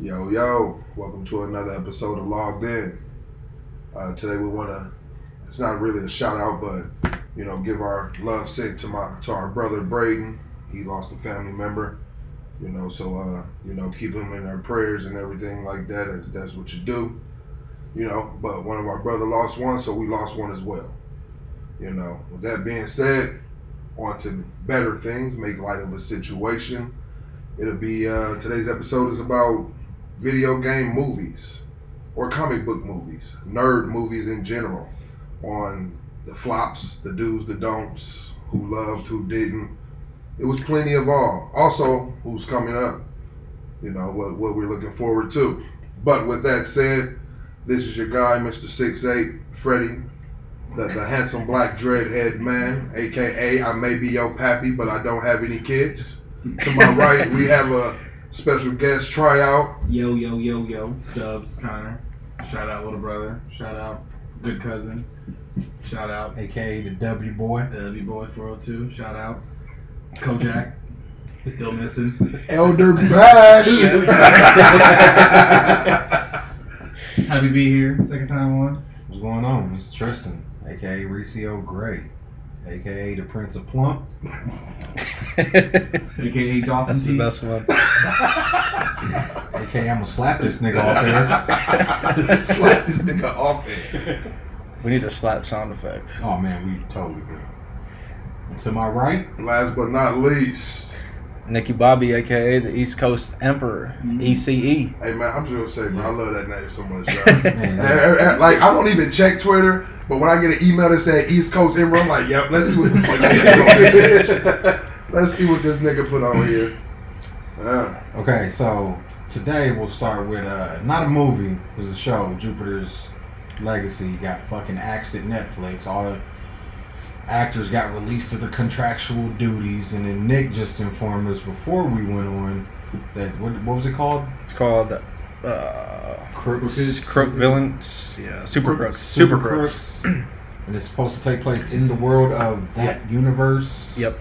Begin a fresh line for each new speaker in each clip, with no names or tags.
Yo, yo, welcome to another episode of Logged In. Uh, today we want to, it's not really a shout out, but, you know, give our love sick to my to our brother Braden. He lost a family member, you know, so, uh, you know, keep him in our prayers and everything like that. If that's what you do, you know, but one of our brother lost one, so we lost one as well. You know, with that being said, on to better things, make light of a situation. It'll be uh, today's episode is about video game movies or comic book movies, nerd movies in general, on the flops, the do's, the don'ts, who loved, who didn't. It was plenty of all. Also, who's coming up, you know, what, what we're looking forward to. But with that said, this is your guy, Mr. Six Eight Freddie, the, the handsome black dreadhead man, aka I may be your pappy, but I don't have any kids. To my right, we have a special guest tryout.
Yo, yo, yo, yo. Stubbs, Connor. Shout out, little brother. Shout out, good cousin. Shout out,
aka the W boy.
the LB Boy 402. Shout out, Kojak. Still missing.
Elder
Bash. Happy to be here. Second time on.
What's going on? It's Tristan, aka Recio Gray, aka the Prince of Plump.
AKA Dolphin
That's the
Teeth.
best one.
aka I'm gonna slap this nigga off here.
Slap this nigga off it.
We need a slap sound effect.
Oh man, we totally good. And to my right,
Last but not least,
Nikki Bobby, aka the East Coast Emperor,
Mm-hmm.
E
Mhm.
ECE.
hey man, I'm just gonna say, man, I love that name so much, bro.
man,
Eh, eh, eh, like I don't even check Twitter, but when I get an email that said East Coast Ember, I'm like, yep, let's see what the fuck. this nigga put. let's see what this nigga put on here. Uh,
Okay, so today we'll start with uh, not a movie, it's a show, Jupiter's Legacy. Got fucking axed at Netflix. All the actors got released to their contractual duties, and then Nick just informed us before we went on that what, what was it called?
It's called uh,
Crooks.
S- Crook Villains. Yeah, Super Crooks. Super
Super
Crooks.
Crooks. And it's supposed to take place in the world of that universe.
Yep.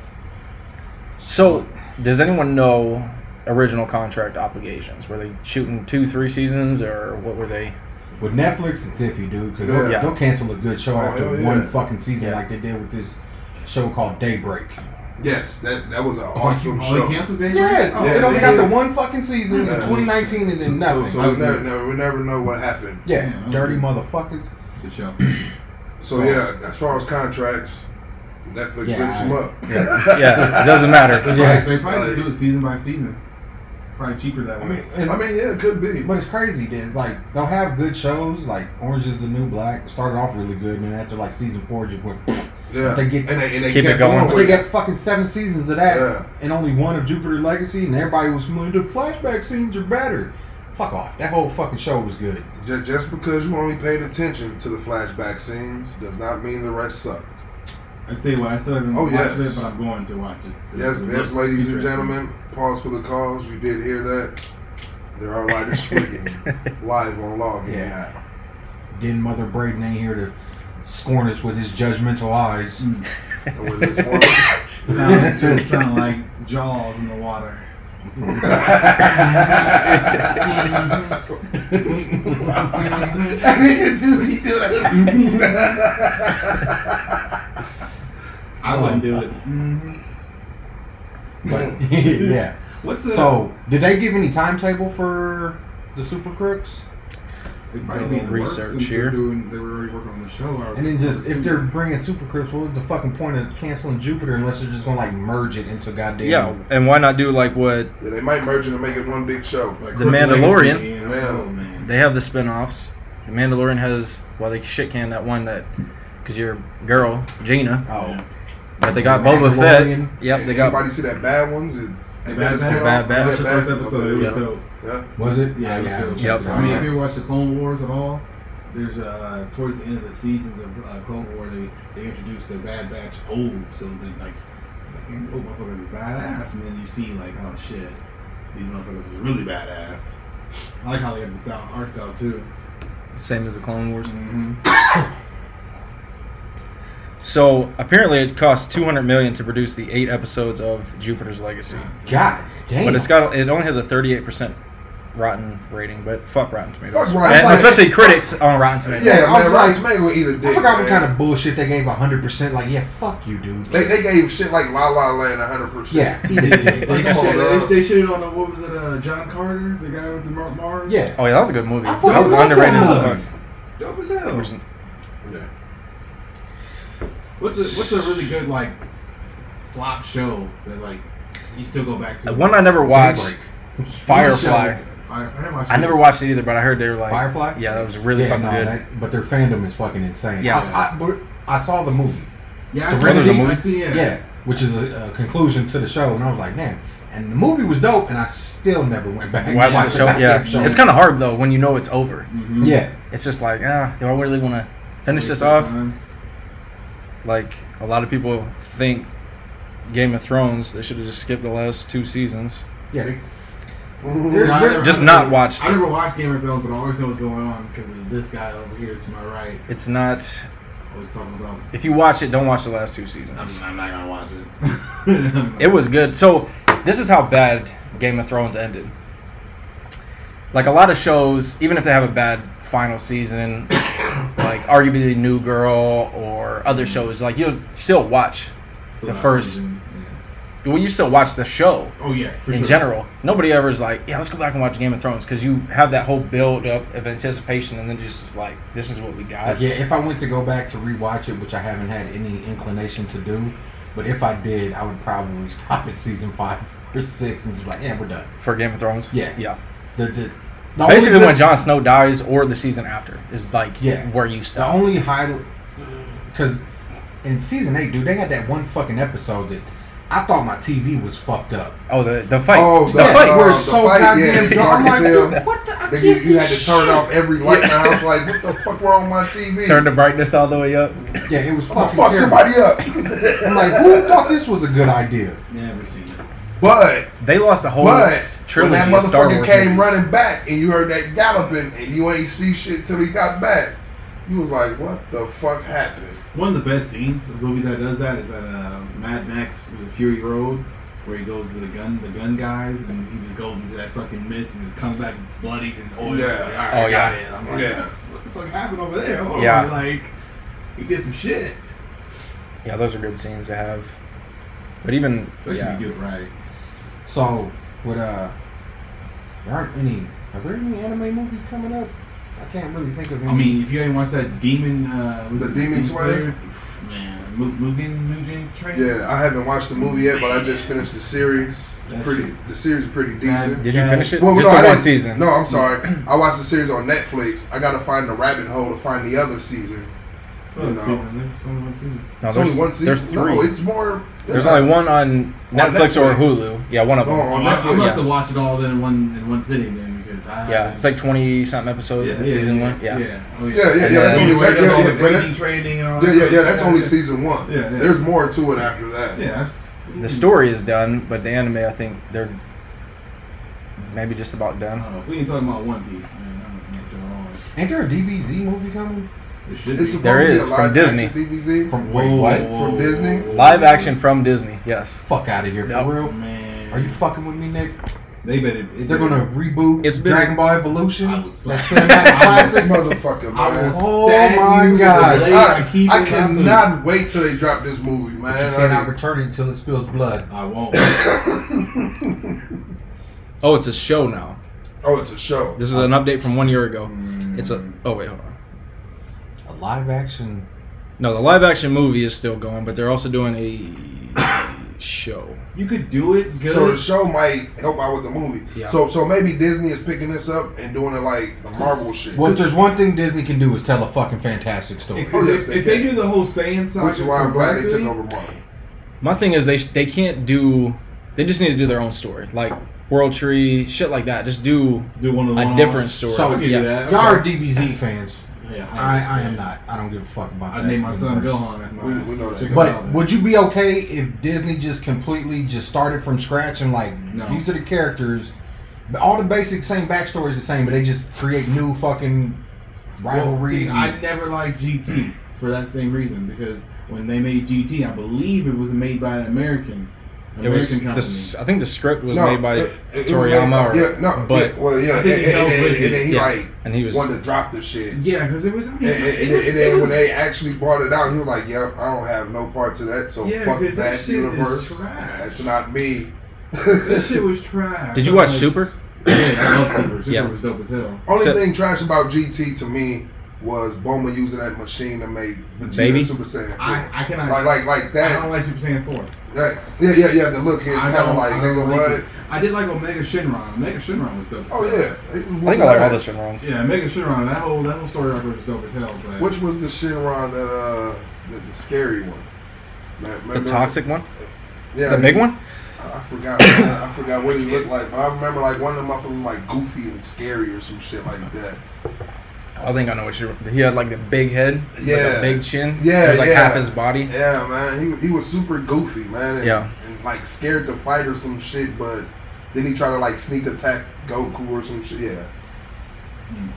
So, does anyone know original contract obligations? Were they shooting two, three seasons, or what were they?
With Netflix, it's iffy, dude, because they'll,
Yeah.
they'll cancel a good show
Oh,
after
hell yeah.
one fucking season,
Yeah.
like they did with this show called Daybreak.
yes, that that was an awesome
Oh,
show.
they canceled Baby?
Yeah,
Oh,
yeah,
they only
yeah,
got
yeah.
the one fucking season in
Yeah.
2019 and then
so,
nothing.
so we never, never, we never know what happened.
yeah,
Yeah,
dirty
okay.
motherfuckers.
Good show.
So yeah, as far as contracts, Netflix
Yeah,
rips them
I-
up.
yeah.
Yeah, it doesn't matter.
They
Yeah.
probably, they probably just do it season by season. Probably cheaper that
I
way.
mean, it's,
I mean, yeah, it could be.
but it's crazy that like they'll have good shows like Orange is the New Black started off really good and then after like season four just went.
Yeah,
They get-
and they, and they
Keep it
kept
going.
on
But
with
they got fucking seven seasons of that
Yeah.
and only one of Jupiter Legacy and everybody was familiar. The flashback scenes are better. Fuck off. That whole fucking show was good.
Ju- Just because you only paid attention to the flashback scenes does not mean the rest sucked.
I tell you what, I still haven't
Oh,
watched
yes.
it, but I'm going to watch it.
Yes,
It
yes,
looks
ladies and
interesting.
gentlemen, pause for the cause. You did hear that. There are lighters flicking live on Login
Yeah.
now.
Then Mother Braden ain't here to scorn us with his judgmental eyes.
Mm.
And with this one-
Sound, just sound like jaws in the water.
he do that.
I wouldn't do it.
But
Mm.
yeah.
What's the
So did they give any timetable for the Super Crooks?
It'd probably be in the works
Research
since they're
here.
Doing, they were already working on the show. or-
And then just if they're
or-
bringing Super Crooks, what was the fucking point of canceling Jupiter unless they're just gonna like merge it into goddamn?
Yeah, and why not do like what
yeah, they might merge it and make it one big show.
like
The
Crooked
Mandalorian.
Legacy, you know,
Yeah.
oh, man.
They have the spin-offs. The Mandalorian has well, they shit can that one that because your girl Gina,
Oh.
but they got Boba Fett.
Mandalorian.
Yep, they got.
Anybody see that bad ones? Is-
The
is
Bad
that a
Batch.
spinoff?
Bad Batch.
That's the
Yeah,
first
Bad-
episode. It was
Yeah.
dope.
Yeah.
Was it?
Yeah, it was
I
dope.
haven't
Yep.
checked it
I mean,
out.
if you watch the Clone Wars at all, there's uh towards the end of the seasons of uh, Clone War, they they introduced the Bad Batch old, so that like, like these old motherfuckers is badass, and then you see like, oh shit, these motherfuckers was really badass. I like how they got the style, art style too.
Same as the Clone Wars.
Mm-hmm.
So apparently, it cost 200 million to produce the eight episodes of Jupiter's Legacy,
God damn.
but it's got it only has a 38 percent Rotten rating, but fuck Rotten Tomatoes.
Fuck Rotten
And
Tomatoes.
especially critics on Rotten Tomatoes.
Yeah,
Yeah, I
man,
was
Rotten
like-
Tomato would eat a dick.
I forgot
man.
what kind of bullshit they gave 100%. Like, yeah, fuck you, dude.
They, they gave shit like La La Land 100%.
yeah, he
They,
did.
Like,
shit,
come on,
they,
uh,
dog.
they shit on the, what was it, uh, John Carter, the guy with the Mar- Mars?
yeah.
Oh yeah, that was a good movie.
I
That
fucking
was
love that
underrated as fuck.
movie.
Dope as hell.
Anderson.
Yeah.
What's a what's a really good like flop show that like you still go back to?
One I never watched,
Daybreak.
Firefly.
Firefly. I never watched.
I never watched it either, but I heard they were like
Firefly?
Yeah, that was really
yeah,
fucking
no,
good.
that- but their fandom is fucking insane.
Yeah.
I, I, but I saw the movie.
Yeah, I
Serenity?
see, it. I see,
Yeah.
yeah.
which is a, a conclusion to the show, and I was like, damn. And the movie was dope, and I still never went back. and
Watch the
watched
show. Yeah,
goddamn show.
it's kind of hard though when you know it's over.
Mhm.
yeah.
It's just like, ah, do I really want to finish this off?
Mhm.
Like a lot of people think Game of Thrones, they should have just skipped the last two seasons.
yeah. They,
Mhm.
I never-
Just
I
not
never-
watched
I
it.
never watched Game of Thrones, but I always know what's going on because of this guy over here to my right.
It's not.
Always talking about.
If you watch it, don't watch the last two
I'm,
seasons.
I'm not gonna watch it.
It was good. So this is how bad Game of Thrones ended. Like a lot of shows, even if they have a bad final season, like arguably New Girl or other shows, like you'll still watch. the
last
first-
season,
Well, you still watch the show.
yeah. Oh yeah, for
in
sure.
general, nobody ever is like, yeah, let's go back and watch Game of Thrones because you have that whole build up of anticipation and then just is like, this is what we got.
Like, yeah, if I went to go back to rewatch it, which I haven't had any inclination to do, but if I did, I would probably stop at season five or six and just be like, yeah, we're done.
For Game of Thrones?
Yeah.
Yeah.
The, the, the only
Basically,
good-
when Jon Snow dies or the season after is like
Yeah.
where you
the
stop.
only highlight, because in season eight, dude, they had that one fucking episode that I thought my TV was fucked up.
Oh, the, the fight.
Oh,
the
the
That
fight.
fight.
part where
uh,
it's
the
so
fight, yeah,
goddamn dark. I'm
dark as
like,
hell.
what the? I
Then
can't
you,
see
you had to turn
shit.
off every light in the house. Like, what the fuck wrong with my TV?
Turn the brightness all the way up.
Yeah, it was
I'm gonna
fucking
fuck
terrible.
somebody up.
I'm like, who thought this was a good idea?
Never seen it.
But
They lost the whole
but when
trilogy
that
of Star
motherfucker
Wars
came
movies.
running back and you heard that galloping and you ain't see shit till he got back, you was like, what the fuck happened?
One of the best scenes of movies that does that is that uh, Mad Max was a Fury Road, where he goes to the gun, the gun guys, and he just goes into that fucking mist and just comes back bloodied and oiled.
Yeah.
Like, All right,
Oh,
I
yeah.
got it. I'm like,
Yeah.
"That's- what the fuck happened over there? Hold
Yeah.
on, like he did some shit.
Yeah, those are good scenes to have. But even.
Especially
yeah.
if you do it right.
So, with uh, there aren't any. Are there any anime movies coming up? I can't really think of any.
Mm-hmm.
I mean, if you ain't watched that Demon, uh, was
The
it
Demon Slayer?
Pff, man, Mu- Mugen, Mugen Train.
Yeah, I haven't watched the movie yet, but I just finished the series. It's
That
pretty. The series is pretty decent.
Did you
Yeah.
finish it?
Well,
Just
no, I
the one
didn't-
season.
No, I'm sorry. I watched the series on Netflix. I gotta find the rabbit hole to find the other season.
Well,
You know.
season. There's only one season.
No,
It's
there's,
only one season.
there's three.
No, it's more.
there's only one on Netflix, or
Netflix.
Hulu. Yeah, one of
Oh,
them.
on
Oh, I, I
Netflix.
must have watched it all then in one in one sitting then because I
Yeah, it's like twenty something episodes in season one. Yeah.
Oh,
Yeah, yeah,
yeah, that's
only-
And then where it
that-
does
yeah,
all
yeah,
the
yeah,
breaking
that's-
training and all
Yeah,
that
yeah,
stuff.
yeah. That's only season one.
Yeah, yeah.
There's more to it after that.
Yeah, that's-
The story is done, but the anime, I think they're maybe just about
I
done.
don't know. If we ain't talking about One Piece, man, I don't know what's going on.
ain't there a DBZ movie coming?
It should
It's
be.
supposed
There
to be a
is, from
live
Disney.
action DBZ.
From
Whoa,
wait, what?
whoa,
From Disney?
whoa,
Live
whoa.
action from Disney. Yes,
Fuck out of here
No.
for real.
Man,
Are you fucking with me, Nick?
They better.
They're gonna reboot
It's been-
Dragon Ball
I
Evolution.
was
That
slapped.
cinematic
Classic
classic.
motherfucker,
I
man.
was
Oh
stabbed
my
using the
God.
blade. I,
I,
keep
I
it in my boot.
cannot wait till they drop this movie,
You
man.
cannot return it until it spills blood.
I won't.
Oh, it's a show now.
oh, it's a show.
This is an update from one year ago.
Mm.
It's a. Oh wait, hold on.
A live action.
No, the live action movie is still going, but they're also doing a show.
You could do it good.
So the show might help out with the movie.
Yeah.
So so maybe Disney is picking this up and doing it like the Marvel shit.
Well, if there's one thing Disney can do is tell a fucking fantastic story.
If,
Oh, yes,
if,
they
if they
can.
do the whole Saiyan saga,
Which is why I'm glad they took
correctly,
over Marvel.
My thing is they they can't do. They just need to do their own story, like World Tree, shit like that. Just do
Do one of the
a
one-offs.
different story.
So,
Oh, I can
yeah.
do that.
Y'all
okay.
are DBZ fans.
Yeah,
I, I am not. I don't give a fuck about that.
I named my son
universe.
Gohan. after my-
We- we know that.
Chicken
But
Salad.
would you be okay if Disney just completely just started from scratch and like
No.
these are the characters, but all the basic same backstory is the same, but they just create new fucking
well, see,
rivalries?
I
and-
never liked GT for that same reason because when they made GT, I believe it was made by an American,
It was
American company.
this. I think the script was made by
it- it- it was
Toriyama
made by-
or-
yeah, no,
but-
yeah, well, yeah,
I
and,
think he
and-
helped
and-
with it.
and then he
Yeah.
like
and he was
wanted to drop the shit. And,
Yeah, because it was. I mean,
and-
it
and-
was-
and
it
then when
was-
they actually brought it out, he was like, "Yep, I don't have no part to that, so
yeah,
fuck
'cause
that,
that shit
universe.
is trash.
That's not me."
That shit was trash.
Did
So,
you watch
like,
Super?
Yeah, I love Super. Super
Yeah.
was dope as hell.
Only
So-
thing trash about GT to me was Boma using that machine to make Vegeta
Baby?
Super Saiyan.
I, I cannot.
like, like, like
I
that.
don't like Super Saiyan 4.
that- Yeah, yeah, yeah. The look is
I
kind of
don't-
like,
I
nigga,
don't like
what?
it. I did like Omega Shinron. Omega Shinron was dope. as
Oh
hell.
yeah.
I think I like all the Shenrons.
Yeah, Omega Shinron. That whole that whole story arc was dope as hell. But
Which was the Shinron that uh, the, the scary one? Ma-
The
remember?
toxic one,
Yeah,
the big
he-
one.
I I forgot. I forgot what he looked like, but I remember like one of them up was like goofy and scary or some shit like that.
I think I know what you. He had like the big head, like
Yeah.
a big chin.
Yeah,
it was like
yeah.
half his body.
Yeah, man. He was- he was super goofy, man. And,
Yeah.
And like scared to fight or some shit, but then he tried to like sneak attack Goku or some shit. Yeah.
Hmm.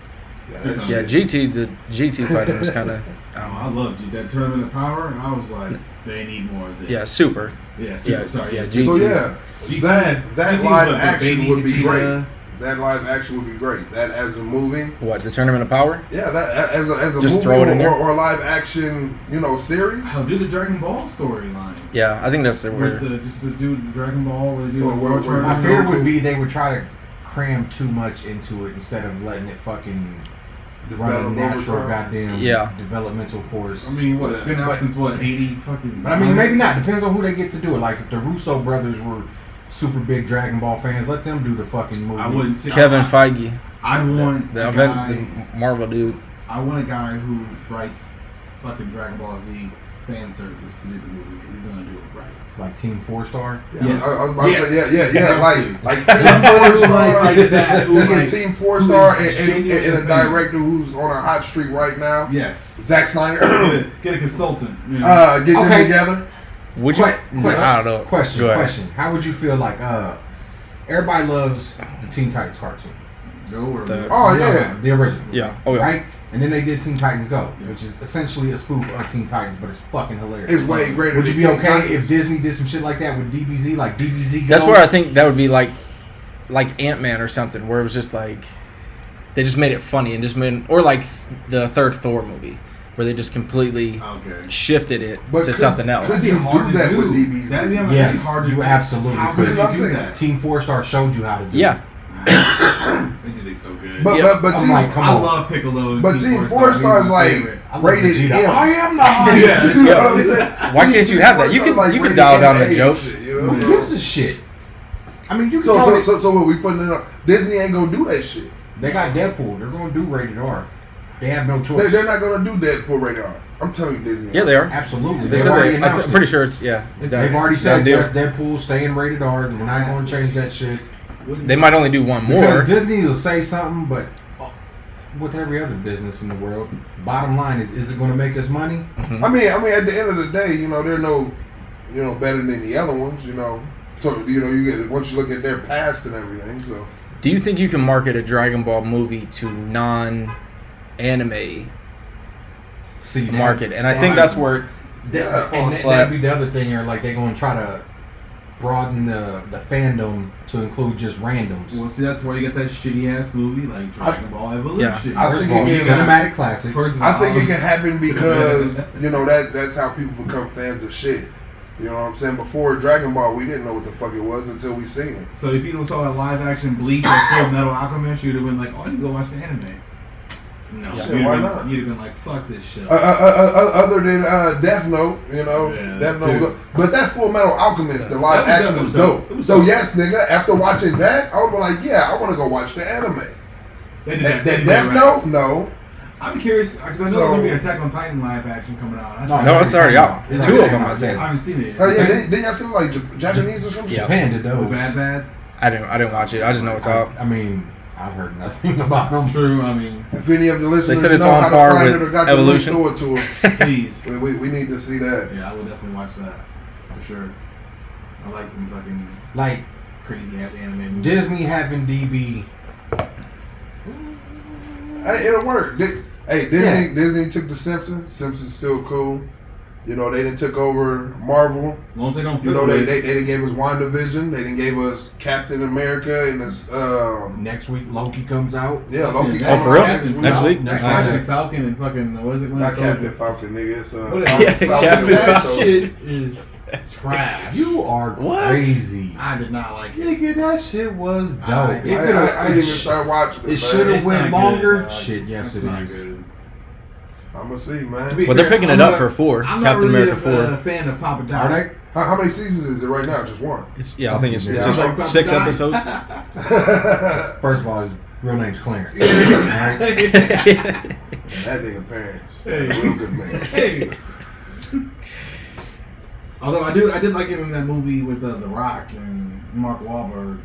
Yeah, that
Yeah,
shit-
GT the GT fighting was kind of.
Oh, I loved you. That tournament of power. I was like, they need more of this.
Yeah, Super.
Yeah. Super,
Yeah,
Sorry.
yeah,
yes.
G-
So
GT's
yeah,
GT
that that
GT
live
was the
action
baby
would be
Vegeta.
great. That live action would be great. That as a movie.
What the Tournament of Power?
Yeah, that as a, as a movie
Just throw it
or,
in there.
or live action, you know, series.
Hell, do the Dragon Ball storyline.
Yeah, I think that's the
Where
word.
the, just to do the Dragon Ball, where they do
Well,
the
where-
world
where-
My
tournament.
fear would be they would try to cram too much into it instead of letting it fucking run a
Develop over
natural
time.
goddamn
Yeah.
developmental course.
I mean, what?
Yeah.
It's been out
But-
since what? Eighty fucking.
But I mean, maybe not. Depends on who they get to do it. Like if the Russo brothers were super big Dragon Ball fans, let them do the fucking movie.
I wouldn't. See,
Kevin
I,
Feige,
I, would want
the,
a
event,
guy-
the Marvel dude.
I want a guy who writes fucking Dragon Ball Z fan service to do the movie because he's gonna do it right.
Like Team Four Star.
Yeah,
Yeah.
I, I was about to say,
Yes.
yeah, yeah, yeah,
Exactly.
like, like Team Four Star,
Like- like that,
we get
like-
Team Four Star,
who is
and, and, and,
genuinely
a director who's on a hot streak right now,
Yes.
Zack
Get
Snyder.
a, get a consultant. You know?
uh, get them
Okay.
together.
Would you?
Quick, quick,
I don't know.
Question,
Go ahead.
question. How would you feel like uh everybody loves the Teen Titans cartoon?
Go or
The-
Oh
No,
yeah,
no, the original.
Yeah. Oh yeah.
Right? And then they did Teen Titans Go,
Yeah.
which is essentially a spoof of Teen Titans, but it's fucking hilarious.
it's way greater.
Would you
than
be
Teen
okay if
Titans.
Disney did some shit like that with DBZ, like DBZ?
That's
Go?
where I think that would be like, like Ant Man or something, where it was just like, they just made it funny and just made, or like the third Thor movie, where they just completely
okay.
shifted it
But
to
could-
something else.
could
That'd be
you
hard
do
to
that
do.
with DBZ?
That'd be
Yes,
yes, hard to
you
do.
absolutely
How could
could.
you do
Something.
that?
Team Four Star showed you how to do.
yeah,
they did it so good.
But
Yeah.
but but
I'm
Team,
like, come
I
on.
love Piccolo. And
but
Team,
Team
Four
Four
Star,
Star's
he's my
like
favorite.
I love
rated M.
Vegeta. Oh, I
am the highest. You know what I'm saying?
Why
Team-
can't you
Team
have
Four
that? You
Star's
can- you can
rated
dial down the
M and
jokes.
shit, you know?
Who gives a shit? I mean, you can
So
call
so
it.
so so what we putting it up? Disney ain't gonna do that shit.
They got Deadpool. They're gonna do rated R. They have no
They,
choice.
they're not gonna do Deadpool radar. I'm telling you, Disney.
yeah, they are.
Absolutely.
They
They've
said
already
they. I
announced
am
it.
pretty sure it's yeah. It's
They've
done.
already said
Done deal.
yes, Deadpool staying rated R. We're not going to change that shit.
Wouldn't-
They might only do one more.
Because Disney will say something, but uh, with every other business in the world, bottom line is, is it going to make us money?
I mean, I mean, at the end of the day, you know, they're no, you know, better than the other ones. You know, so you know, you get once you look at their past and everything. So
Do you think you can market a Dragon Ball movie to non anime
See, that-
market? And I
that-
think that's where
that, and that, that'd be the other thing. Or like they're going to try to broaden the the fandom to include just randoms.
Well, see, that's why you got that shitty ass movie like Dragon Ball Evolution.
I
First
think
of all,
it
it's
is-
cinematic classic.
First of all,
I think it can happen because you know that that's how people become fans of shit. You know what I'm saying? Before Dragon Ball, we didn't know what the fuck it was until we seen it.
So if you saw that live action Bleach or Full Metal Alchemist, you'd have been like, "Oh, I need to go watch the anime." No,
Yeah,
you'd,
why
have been,
not?
you'd have been like, "Fuck this shit."
Uh, uh, uh, uh, other than uh, Death Note, you know,
Yeah,
Death
too.
Note. was- But that Full Metal Alchemist, the
Yeah.
live
That was-
action
that
was
was
dope.
dope. It was
So
dope.
yes, nigga, after watching that, I would be like, yeah, I want to go watch the anime.
they
That,
did they
that
did that
Death
right.
Note, uh, no.
I'm curious because I know
So-
there's gonna be Attack on Titan live action coming out. I,
No, it's already out.
It's
Two
already
of them,
out.
I think.
I haven't seen it. yet.
Oh yeah, didn't, didn't y'all see like Jap- Japanese or something?
Yeah.
Japan did
The
those.
bad bad.
I didn't. I didn't watch it. I just know it's out.
I, I mean, I've heard nothing about them.
True. I mean,
If any of the listeners
said it's
know
on
how
par
to find
with
it or got the
Evolution.
link, throw it to us.
please.
We, we, we need to see that.
yeah, I would definitely watch that for sure. I like them fucking
Like
crazy ass anime movies.
Disney having DB.
Hey, it'll work. Di- hey, Disney Disney took the Simpsons. Simpsons still cool. You know, they didn't took over Marvel.
As long as they don't feel
You know, they
like
they, they didn't give us WandaVision. They didn't give us Captain America and this. Um,
Next week Loki comes out.
yeah, Loki.
Yeah,
coming
Oh, for real?
out
Next week?
Next
Nice.
Captain Falcon and fucking what is it?
Not Captain Falcon, nigga. It's uh,
What-
Falcon,
Yeah,
Falcon
Captain
and Winter
That
Falcon.
Soldier.
shit is trash.
You are
What?
crazy.
I did not like it.
Nigga, that shit was dope.
I-
It
I, I,
could've-
I, didn't even start watching it.
it should've-
man.
It's
went
not
longer?
dog.
Shit, yes,
It's
it
not
is.
good.
I'm gonna see,
To be
man.
Well, they're picking
I'm
it up
not-
for four.
I'm not
Captain
really
America
a
four.
uh, fan of Papa Doc.
Are they?
How, how many seasons is it right now? Just one.
It's, yeah, I think it's, it's
Yeah.
just
Papa
six
Doc?
episodes.
that
First of all, his real name's Clarence.
Yeah.
Alright?
nigga parents.
Hey.
Real good man.
Hey. Although I do, I did like him in that movie with uh, The Rock and Mark Wahlberg.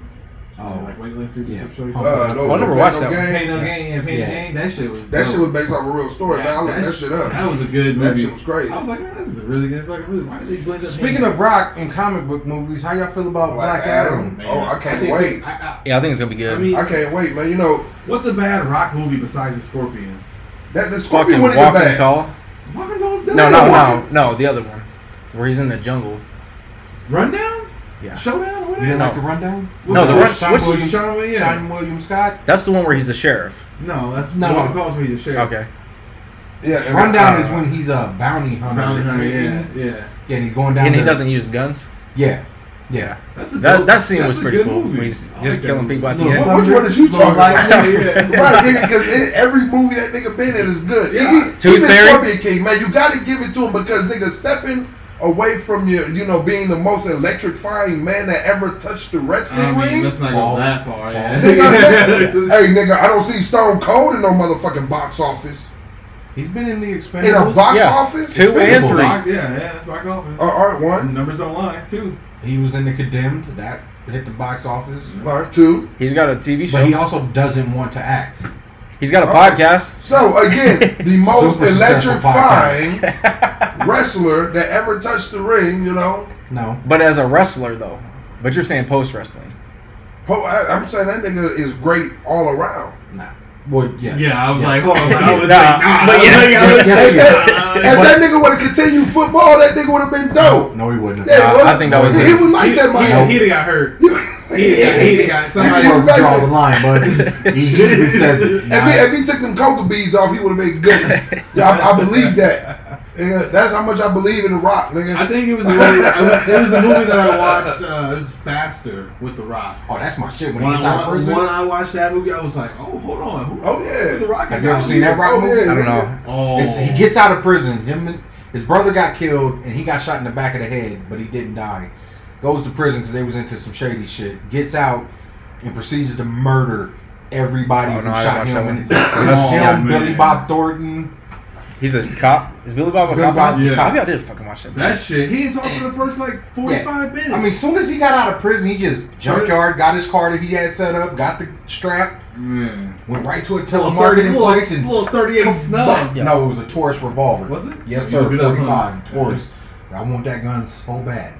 Oh.
like weightlifters
Yeah.
and stuff.
Oh.
Uh, no,
I never
no
watched
Game,
that one.
Pain no
Game.
gain, yeah, pain
Yeah.
no gain. That shit was.
That shit was
dope.
based off a real story, man. I looked that shit up.
That was a good
That
movie.
shit was crazy.
I was like, man, this is a really good fucking movie. Why did they blend up?
Speaking of rock and comic book movies, how y'all feel about Black, Adam?
Oh, I can't wait.
I, I,
yeah, I think it's gonna be good.
I mean,
I can't wait, man. You know
what's a bad rock movie besides The Scorpion?
that the Scorpion
Fucking
one in the
walking
back.
tall.
Walking Tall's
No, no, no, no. The other one, where he's in the jungle.
Rundown?
Yeah.
Showdown?
You
Whatever.
didn't
No.
like the rundown?
No, the run-
Sean
what's-
Williams,
Sean Williams, yeah.
Sean William Scott.
That's the one where he's the sheriff.
No, that's
No,
no. Walking
no.
Tall's me to share.
Okay.
Yeah, and,
Rundown
uh,
is when he's a bounty hunter.
Bounty Hunter,
Yeah,
yeah, yeah.
and he's going down.
And he
to-
doesn't use guns.
Yeah, yeah.
That's a
That
dope-
that scene
that's
was
a
pretty
good
cool.
movie.
Where he's
I
just
like
killing
that
people at the
Little
end.
What- which one is you
Little
talking
Light-
about? Right, nigga, because every movie that nigga been in is good.
Yeah.
Even,
Tooth
even
Fairy?
Scorpion King, man, you gotta give it to him because nigga stepping away from your, you know, being the most electrifying man that ever touched the wrestling
I mean,
ring.
let's not
False.
go that far.
Nigga,
Yeah.
hey, nigga, I don't see Stone Cold in no motherfucking box office.
He's been in the
In a
Expendables.
box
Yeah.
office?
Two and three.
Rock, yeah, yeah, that's Rock Office.
Uh, all right, one.
Numbers don't lie, too.
he was in the Condemned. That hit the box office.
All right, two.
He's got a TV
But he
show.
also doesn't want to act.
He's got a
Okay.
podcast.
So again, the most
Super successful
electrifying wrestler that ever touched the ring. You know,
No.
But as a wrestler though. But you're saying post wrestling.
Po- I, am saying that nigga is great all around.
Nah. Well, yes.
Yeah, I was like,
Yes.
oh, I was
Nah,
like, nah,
but
I was
yes.
like, I was-
Yes, yes.
If that nigga would have continued football, that nigga would have been dope.
No, he wouldn't.
Yeah,
Nah,
he would've-
I think that was
he,
his-
he was nice at
he,
my.
he, he'd have got hurt. He, he, he
If
got
That's
somebody.
where
you
we
guys-
draw the line, bud. He, he even says it.
he, if he took them coca beads off, he would have been good. Yeah, I, I believe that. Nigga, that's how much I believe in the Rock, nigga.
I think it was, a movie, I was it was a movie that I watched. Uh, it was Faster with The Rock.
oh, that's my shit. When
When
he gets out
I,
of
when
prison.
I watched that movie, I was like, oh, hold on. Who,
Oh, yeah.
who The Rock
Have
is
you ever
out
seen
here?
that rock
Oh,
movie?
yeah,
I don't
nigga.
know.
Oh.
It's- he gets out of prison. Him and his brother got killed, and he got shot in the back of the head, but he didn't die. Goes to prison because they was into some shady shit. Gets out and proceeds to murder everybody
Oh,
who
no, I
shot
watched that
him.
one.
And
That's-
it's him,
yeah,
Billy
man.
Bob Thornton.
He's a cop. Is Billy Bob a
Billy
cop?
Bob-
now?
yeah.
Maybe I did fucking watch that.
That shit. He didn't talk for the first like 45 minutes.
I mean, as soon as he got out of prison, he just junkyard, got his car that he had set up, got the strap,
man.
went right to a
Little 30
telemarketing
little-
place, and
little 38 snub.
Yeah.
no, it was a Taurus revolver.
Was it?
Yes,
You
sir.
looked it up, huh?
Forty-five Taurus. I want that gun so bad.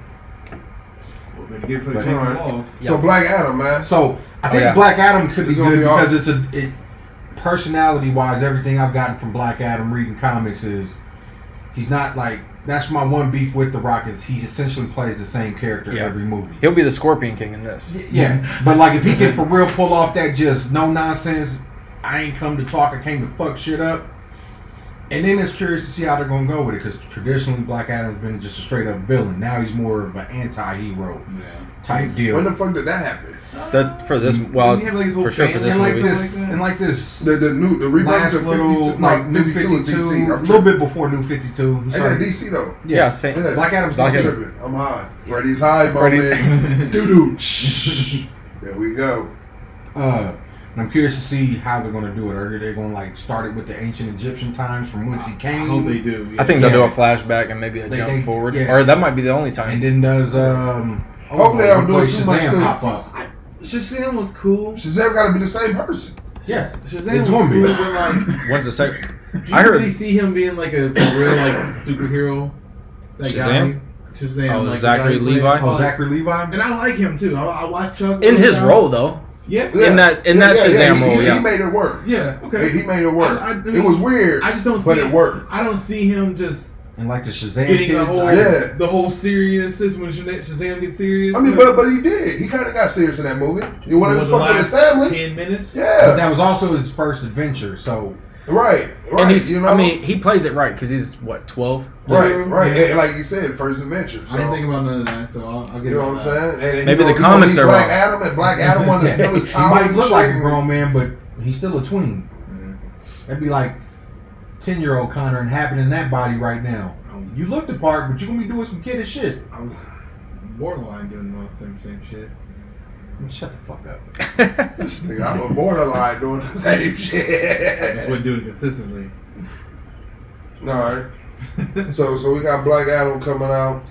Well, better get it for the
But-
change of
Alright.
laws.
So Black Adam, man.
So I
Oh,
think
yeah.
Black Adam could be
It's gonna
good
be
because
awesome.
it's a it, personality wise. Everything I've gotten from Black Adam reading comics is he's not like that's my one beef with The Rock is he essentially plays the same character
Yeah.
every movie.
He'll be the Scorpion King in this.
Y- Yeah, but like if he can for real pull off that just no nonsense, I ain't come to talk, I came to fuck shit up. And then it's curious to see how they're gonna go with it because traditionally Black Adam's been just a straight up villain. Now he's more of an anti-hero
Yeah.
type deal.
When the fuck did that happen?
That for this well
Didn't he have, like, his whole
for sure for
family
this
and like
movie.
something
this,
like that?
and like this
The, the new the reboot
last
of 52,
little
like
like New
52,
52,
DC.
a
I'm
little
tripping.
bit before New 52. He
Ain't that
started-
DC though?
Yeah, same.
Yeah.
Black Adam's
Black
Black
I'm
Adam.
tripping. I'm high. Freddy's high
Freddy-
moment. Doo doo. There we go.
Uh, and I'm curious to see how they're going to do it. Are they going to like start it with the ancient Egyptian times from whence he
I
came?
hope they do. yeah.
I think they'll
Yeah.
do a flashback and maybe a
They-
jump
they-
forward,
yeah.
or that might be the only time.
And then does um.
Hopefully I don't do it
Shazam
too much, 'cause-
Pop up.
Shazam was cool.
Shazam got to be the same person.
Yes,
Shazam was
It's gonna be.
cool, but like,
When's the second?
do you
I heard-
really see him being like a, a real like superhero? That
Shazam?
guy, Shazam.
Oh,
like, the
Zachary
guy who played-
Levi?
Oh, Zachary Levi.
And I like him too. I, I watch Chuck
In his role though,
Yeah.
Yeah.
in that in that Shazam
he- he,
role,
he,
yeah.
made it work.
Yeah. Okay.
He, he made it work.
I- I mean,
it was weird,
I just don't see.
but it worked.
I don't see him just
And like the Shazam
Getting
kids,
the whole
I-
Yeah.
the whole seriousness when Shazam Shazam gets serious.
I mean,
like,
but but he did. He kind of got serious in that movie. He wanted to
was
fuck with his
alive
family.
ten minutes.
but
Yeah,
that was also his first adventure. So
right, right.
and he's,
you know,
I mean, he plays it right because he's what twelve.
right,
Yeah.
right. And like you said, first adventure. So,
I didn't think about none of that, so I'll, I'll get.
you know
about
what
that.
I'm saying? And, and
Maybe
you
the
know, you know,
comics
he's
are
Black
wrong.
Adam and Black Adam wanted to steal his
he
power.
might
and
look
shit.
like a grown man, but he's still a tween. That'd be like ten year old Connor and happening in that body right now.
I was,
You look the part, but you gonna be doing some kiddish shit.
I was borderline doing all the same same shit.
Man, Shut the fuck up.
This nigga, I'm a borderline doing the same
I just
shit.
wouldn't do it consistently.
All right. So so we got Black Adam coming out.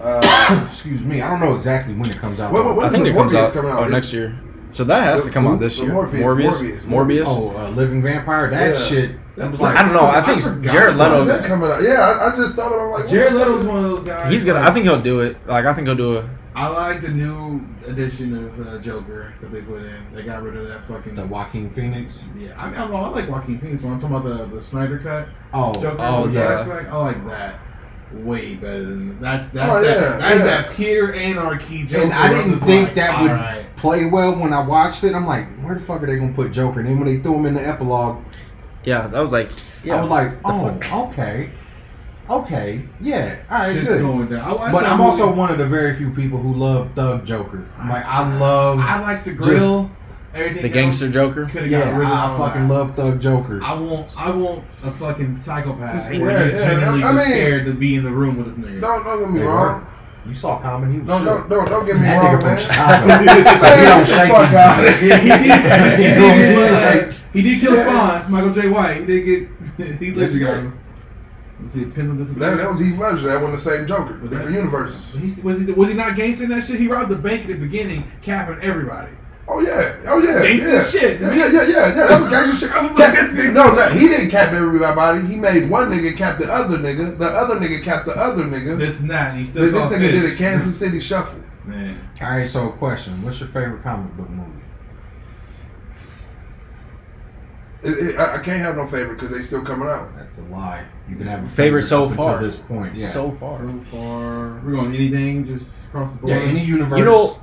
Uh,
Excuse me. I don't know exactly when it comes out.
Wait, wait, wait.
I think
the
it comes
Morbius
out,
coming out
oh,
this-
next year. So that has
The-
to come out this
the
year.
Morpheus,
Morbius,
Morbius,
Morbius.
Oh, uh, Living Vampire. That
Yeah.
shit. That was like,
I don't know. I think
forgot
Jared
about
Is
Leto.
that coming out? Yeah, I, I just thought I'm like
Jared
what the fuck
Leto's
is-
one of those guys.
He's gonna.
like-
I think he'll do it. Like I think he'll do it.
I like the new edition of uh, Joker that they put in. They got rid of that fucking.
the Joaquin Phoenix.
Yeah, I mean, I, well, I like Joaquin Phoenix. When I'm talking about the, the Snyder cut,
Oh,
Joker,
oh,
with the
yeah.
flashback, I like that way better than that's that's
Oh,
that
yeah,
that's
yeah.
that pure anarchy Joker.
and I
I'm
didn't
just
think
like,
that would
alright.
play well when I watched it. I'm like, where the fuck are they gonna put Joker? And then when they threw him in the epilogue,
Yeah, that was like. Yeah,
I was like,
the
oh,
fuck?
okay, okay, yeah, all right,
Shit's
good.
going down. Oh, I watched
But
that
I'm
movie.
also one of the very few people who love Thug Joker. I'm like, I love,
I like the grill, everything.
The gangster
else
Joker?
Could have got
yeah,
rid of
I,
all
fucking
that.
love Thug Joker.
I want, I want a fucking psychopath
Yeah,
where you
yeah,
generally
I
was
mean-
scared to be in the room with this nigga.
Don't don't get me
They
wrong.
you saw Common, he was
No,
shook.
no, no, don't get me
that
wrong,
nigga from
man.
Chicago.
Man,
don't
get the
shake
fuck
these
out of
niggas.
here.
he did. He did,
Like-
uh, he did kill
Yeah.
Spawn, Michael J. White. He did get. he literally got him. Was he a pin with this?
That, that was Heath Ledger. That wasn't the same Joker.
But
Different
that-
universes.
He, was he was he not gangster in that shit? He robbed the bank at the beginning, capping everybody.
Oh yeah, oh yeah,
Gangsta
yeah.
shit.
Yeah, yeah, yeah, yeah, yeah. That was gangster shit.
I was like, this nigga-
No, no, he didn't cap everybody. He made one nigga cap the other nigga. The other nigga cap the other nigga. This,
This and that. And he still
this
called
nigga
fish.
did a Kansas City shuffle.
Man,
All right, so question: What's your favorite comic book movie?
It, it, I, I can't have no favorite because they still coming out.
That's a lie. You can have a
Favorite so
up until
far.
this point. Yeah.
So far.
so far we're going anything just across the board.
yeah, any universe.
You know,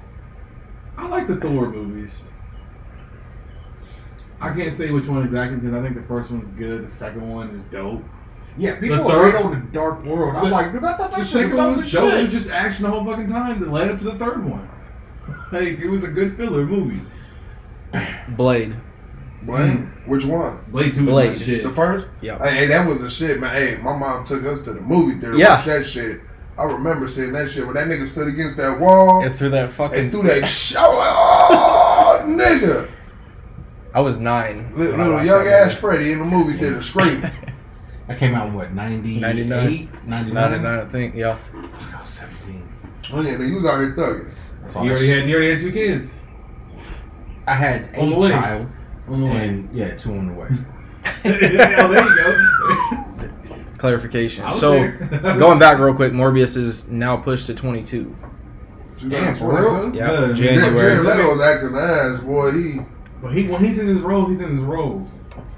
I like the Thor movies. I can't say which one exactly because I think the first one's good, the second one is dope.
yeah, people
the
are
third-
right on the dark world. I'm
the-
like, dude, I thought that
The
shit was
second
dope
one was
as
dope. It
shit.
was just action the whole fucking time that led up to the third one. Like it was a good filler movie.
Blade.
Blaine, which one?
Blade two
Blade.
was my shit.
The first?
Mm. Yeah.
Hey, hey, that was the shit, man. Hey, my mom took us to the movie theater.
Yeah.
Watch that shit. I remember seeing that shit when that nigga stood against that wall
And through that
and
fucking.
threw that shit. I was like, oh, nigga.
I was nine.
Little,
when I
little
watched
young
that
ass Freddy in the movie theater screaming.
That came out in what, 98?
99.
99?
movie. Ninety-nine, I think. Yeah.
Fuck, I was 17.
Oh yeah, nigga, you was out here thugging.
That's all
you
that
already
shit-
had you already had two kids.
I had
On the
a
way.
child
On the way.
and yeah, two on the way.
oh, there you go. I
Clarification.
was
So,
there.
going back real quick, Morbius is now pushed to twenty-two.
Damn, for real?
2022?
Yeah.
Good.
Jared Jared
January.
Leto was acting ass, boy. He
But he when he's in his role, he's in his roles.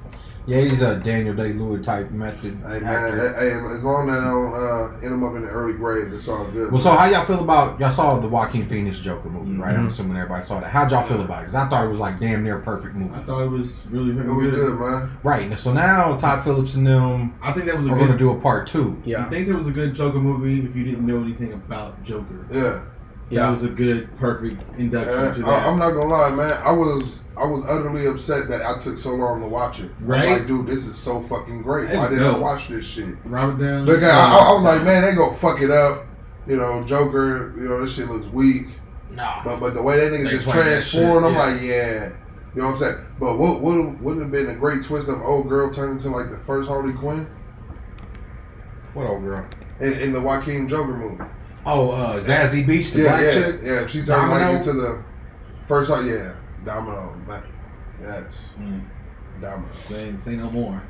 yeah, he's a Daniel Day Lewis type method.
hey man,
actor.
hey, hey, as long as I don't uh, end him up in the early grave, it's all good.
Well, so how y'all feel about y'all saw the Joaquin Phoenix Joker movie, right? I'm
Mhm.
assuming everybody saw that. How'd y'all feel about it? Because I thought it was like damn near perfect movie,
I thought it was really
it
freaking
was
good.
good, man.
right? and So now Todd Phillips and them
I think that was a
are going to
good.
do a part two.
I
Yeah.
think that was a good Joker movie if you didn't know anything about Joker.
Yeah,
That
Yeah.
was a good, perfect induction
Yeah.
to that.
I, am not gonna lie, man. I was I was utterly upset that I took so long to watch it. I'm
Right?
like, dude, this is so fucking great.
It
Why
was
didn't I
dope.
watch this shit?
Robert Downey.
Look, I, I, I was like, man, they gonna fuck it up. You know, Joker. You know, this shit looks weak.
Nah.
But but the way that nigga
They
just
playing that
transformed,
shit,
I'm
yeah.
like, yeah. You know what I'm saying? But what would would have been a great twist of old girl turning into like the first Harley Quinn
What old girl?
in, in the Joaquin Joker movie?
Oh, uh, Zazie Beach, the
Yeah,
black
yeah,
chick.
yeah. If she turned like
Domino?
into the first, Har- yeah, Domino, but yes,
Mm,
Domino.
say, say no more.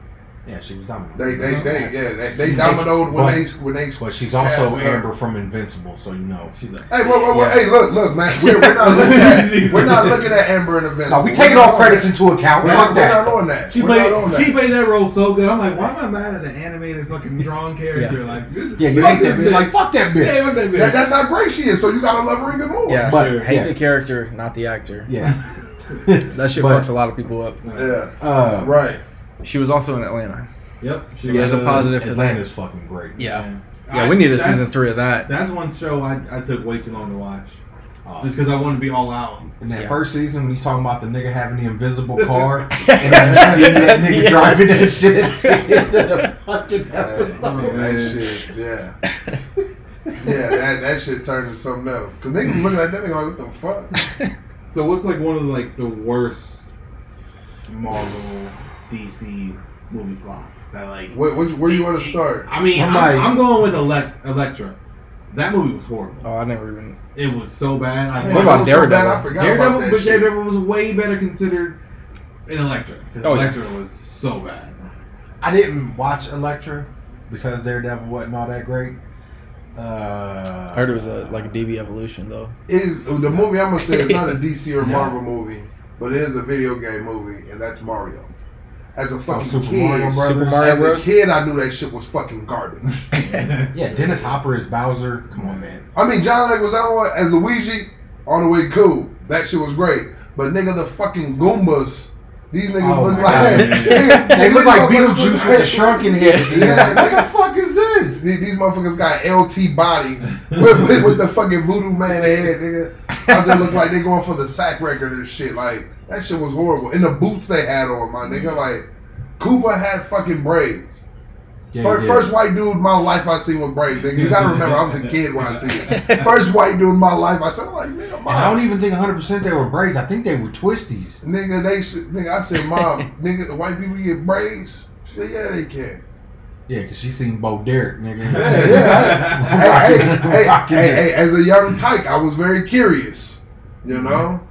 Yeah, she was dominant.
They they they yeah they, they dominoed when
But-
they when they.
But she's also
Yeah.
Amber from Invincible, so you know.
She's like,
Hey, whoa, whoa, whoa,
Yeah.
hey, look, look, man. We're, we're not looking at we're not looking at Amber and Invincible.
No, we taking
We're
all
not
credits
on that.
into account.
We're
Fuck
not, we're not
that.
on that.
she
we're
played
not on that.
she played that role so good. I'm like, why am I mad at an animated fucking drawn character? Like this
Yeah, you
fuck
hate that
this
bitch. Like fuck that bitch.
Yeah, fuck that bitch.
That- that's how great she is. So you gotta love her even more.
Yeah,
But-
sure. hate
yeah.
the character, not the actor.
Yeah.
That shit
But-
fucks a lot of people up.
Yeah,
Uh,
Right.
She was also in Atlanta.
Yep.
So there's a
uh,
positive for that.
Atlanta's fucking great.
Yeah,
I-
yeah, we need a
that's-
season three of that.
That's one show I, I took way too long to watch,
Uh,
just because I wanted to be all out.
in that
Yeah.
first season, when you talking about the nigga having the invisible car, and then you see that nigga
Yeah.
driving that shit at the end of the fucking
Yeah,
episode.
that shit, yeah. yeah, that, that shit turned into something else. Cause they looking at that nigga like, what the fuck?
So what's like one of like the worst Marvel, DC movie flops that like?
What, what, where you want to start?
I mean,
I'm
I'm,
like-
I'm going with Elect- Elektra. That movie was horrible.
Oh, I never even.
It was so bad. I
What about
it was so bad,
Daredevil?
I forgot
Daredevil?
about that
But
shit.
Daredevil was way better considered in Elektra. 'cause
Oh, yeah.
Elektra was so bad.
I didn't watch Elektra because Daredevil wasn't all that great. Uh,
I heard it was a like a DB evolution though.
Is the movie I'm gonna say is not a DC or
No.
Marvel movie, but it is a video game movie, and that's Mario. As a
Oh,
fucking
Super
kid,
Mario Brothers.
Super Mario-
as a
Bros.
kid, I knew that shit was fucking garbage.
Yeah, Dennis Hopper is Bowser. Come on, man.
I mean, John Leguizamo as Luigi, all the way cool. That shit was great. But nigga, the fucking Goombas, these niggas
Oh
look
my
like
God.
nigga,
They look like
motherfuckers
Beetlejuice
look
with a
like-
shrunken head.
Yeah,
what the
nigga.
fuck is this?
These, these motherfuckers got LT body with, with, with the fucking voodoo man head, nigga. I just look like they going for the sack record and shit. Like that shit was horrible. And the boots they had on, my nigga, like Cooper had fucking braids.
Yeah,
First,
yeah.
first white dude in my life I seen with braids. Nigga, you gotta remember I was a kid when I seen it. First white dude in my life I said, I'm like, nigga,
And I
mom.
don't even think 100% they were braids. I think they were twisties.
Nigga, they should, nigga, I said, mom, nigga, the white people get braids. She said, yeah, they can.
Yeah, because she seen Bo Derek, nigga.
Yeah, yeah. hey, hey, hey,
Rocking
hey,
it.
hey, as a young tyke, I was very curious,
Mm-hmm.
you know?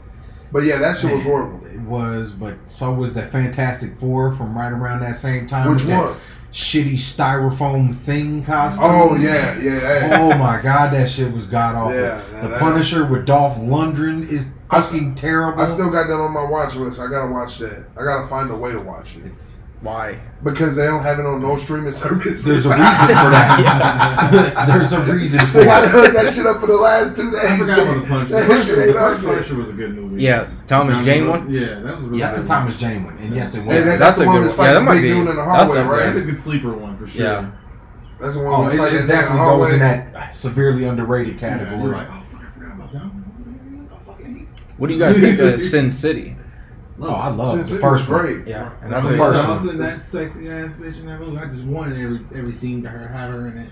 But yeah, that shit was horrible.
It was, but so was the Fantastic Four from right around that same time.
Which
with that
one?
Shitty styrofoam thing costume.
Oh, yeah, yeah, that-
Oh my god, that shit was god awful.
Yeah,
the
that-
Punisher with Dolph Lundgren is
I-
fucking terrible.
I still got that on my watch list. I gotta watch that. I gotta find a way to watch it.
It's-
Why?
Because they don't have it on no streaming services.
there's a reason for that. There's a reason for
They gotta
that.
hook that shit up for the last two days.
I forgot about the Punisher. The
That shit
Punisher, the
ain't
first
out
Punisher was a good movie.
Yeah, Thomas
Down
Jane
the
one.
road- Yeah, that was a really
Yes,
good
the Thomas Jane one, and yes, it was.
yet. Hey, that-
That's
the
a
one
good
that's
one.
fighting
Yeah, that
the
might
big
be-
dude in the
that's
hallway,
a-
That's a
right?
good sleeper one for sure.
Yeah.
That's the
oh,
one
it,
that's fighting
it
the nigga in the
definitely goes in
hallway.
that severely underrated
Yeah,
category.
you're like, oh fuck, I forgot about that one. Oh, fuck, I hate
What do you guys think of Sin City?
oh, I love
Since
the
it
first
was
one.
great.
Yeah, and
I
that's
The
a-
first one.
Dawson, that sexy ass bitch in that movie. I just wanted every every scene to her have her in it.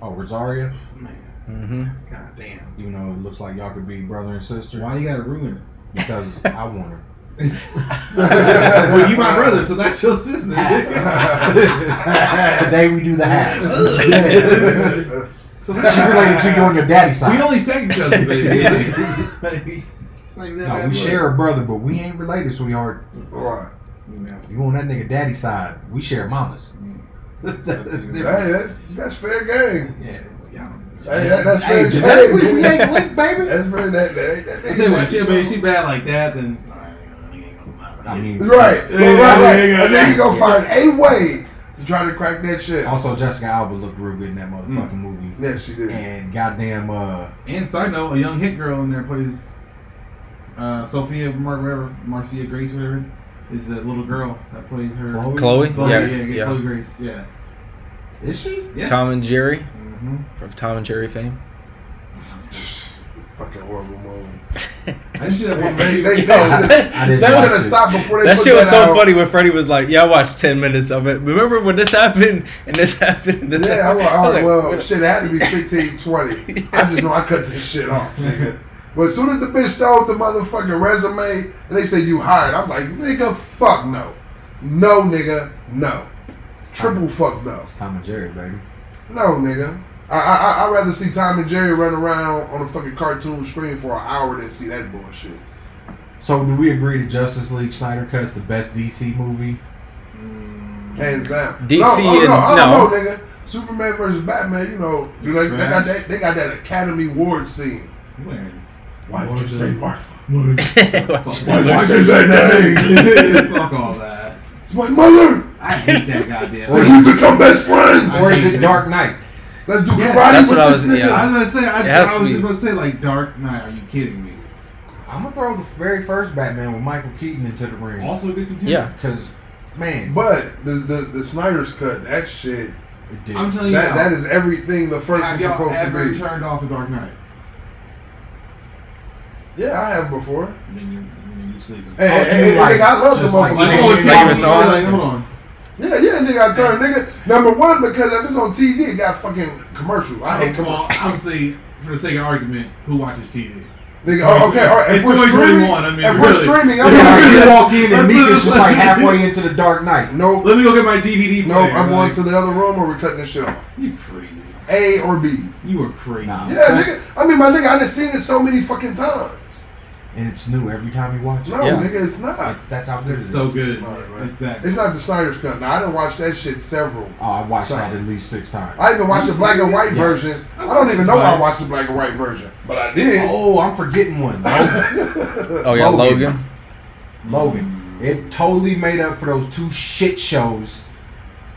Oh, Rosario.
Man,
Mhm.
god damn.
You know, it looks like y'all could be brother and sister
Why you gotta ruin
because I want her.
it? well, you my brother, so that's your sister.
Today we do the halves.
Yeah.
so
She related to you on your daddy's side.
We only second cousins, baby.
Yeah.
Like, it's like that
No,
bad
we
blood.
share a brother, but we ain't related, sweetheart.
Right.
Yeah.
You on that nigga daddy's side? We share mamas.
Hey, that's, that's fair game.
Yeah.
Yeah.
Hey, that, that's
Hey,
fair game.
genetically, we ain't linked, baby.
That's fair. That, that, that,
I
that,
tell you what,
that-
she,
that-
if she bad like that, then.
I mean,
Right. Right, right,
Yeah, yeah,
right. And
yeah.
then you go find a way to try to crack that shit.
Also, Jessica Alba looked real good in that motherfucking
Mm.
movie.
Yeah, she did.
And goddamn, uh,
And side note, a young hit girl in there plays uh, Sophia Mar- whatever, Marcia Grace, whatever, is the little girl that plays her.
Chloe?
Chloe?
Chloe,
Yeah,
yeah, yeah,
yeah.
Chloe Grace, yeah.
is she?
Yeah.
Tom and Jerry
Mm-hmm.
of Tom and Jerry fame.
Fucking horrible movie.
I see that
They,
one
they,
movie.
they,
Yeah.
didn't
should
That
have
watch it.
stopped before they
That
put
shit was
that
so
out.
funny when Freddie was like, "Yeah, I watched ten minutes of it. Remember when this happened and this happened and this
Yeah, I,
happened?"
wa- I,
was like,
well,
"What
shit, it had to be 15, 20. I just know I cut this shit off, nigga. But as soon as the bitch stole the motherfucking resume and they said you hired, I'm like, nigga, fuck no. No, nigga, no. Triple fuck no.
It's Tom and Jerry, baby.
No, nigga. I, I, I- I'd rather see Tom and Jerry run around on a fucking cartoon screen for an hour than see that bullshit.
So, do we agree that Justice League Snyder Cut's the best DC movie?
Mm,
hands down.
DC
no, oh,
and-
no, I don't
no.
know, nigga. Superman versus Batman, you know, you know, they, got that, they got that Academy Award scene.
Where?
Why did you
Award
say
scene.
Martha?
Why'd you
Why'd
say
you say that name?
Fuck all that.
It's my mother.
I hate that goddamn.
Like we become best friends.
Or is it Dark Knight?
Let's do karate
Yeah,
that's
with
what I
this
was-
nigga.
yeah.
I was about to say, I,
It has
I
to
was
be.
just about to say, like, Dark Knight, are you kidding me?
I'm gonna throw the very first Batman with Michael Keaton into the ring.
Also a good computer.
Yeah.
Because man,
But the, the the Snyder's cut, that shit,
it did.
I'm telling you,
that
now,
that is everything the first
have
is
y'all
supposed
ever
to be.
turned off the Dark Knight?
Yeah, I have before.
Then you're, then you're sleeping.
Hey,
Oh,
hey,
you
hey,
like-
nigga, I love the
just like-
motherfucker.
Like,
yeah,
oh, it's
yeah,
not
yeah.
on.
It's on.
Like, hold on.
yeah, yeah, nigga, I turn, nigga. Number one, because if it's on TV, it got fucking commercial. I hate
Oh, come on.
commercial.
Obviously, for the sake of argument, who watches TV?
Nigga, oh, okay, all right. If
It's
we're
2021,
streaming,
I mean,
if
really.
we're streaming, I'm
Yeah,
not
like,
gonna
you
get
walk in and Mika's just like halfway into the Dark Knight.
No,
Let me go get my DVD.
no,
player,
I'm going
like,
to the other room or we're cutting this shit off.
You crazy?
A or B.
You are crazy.
Nah.
Yeah, nigga. I mean, my nigga, I done seen it so many fucking times.
And it's new every time you watch it.
No,
Yeah.
nigga, it's not.
It's, that's how good it
It's
is.
so good.
All right, right.
Exactly.
It's not the Snyder's Cut. Now, I done watched that shit several.
Oh, I watched that at least six times.
I even watched
Are you
the black and white
serious?
version.
I
I don't even know
watched it
I
twice.
watched the black and white version, but I did.
oh, I'm forgetting one. Logan.
oh yeah,
Logan.
Logan.
Logan. It totally made up for those two shit shows.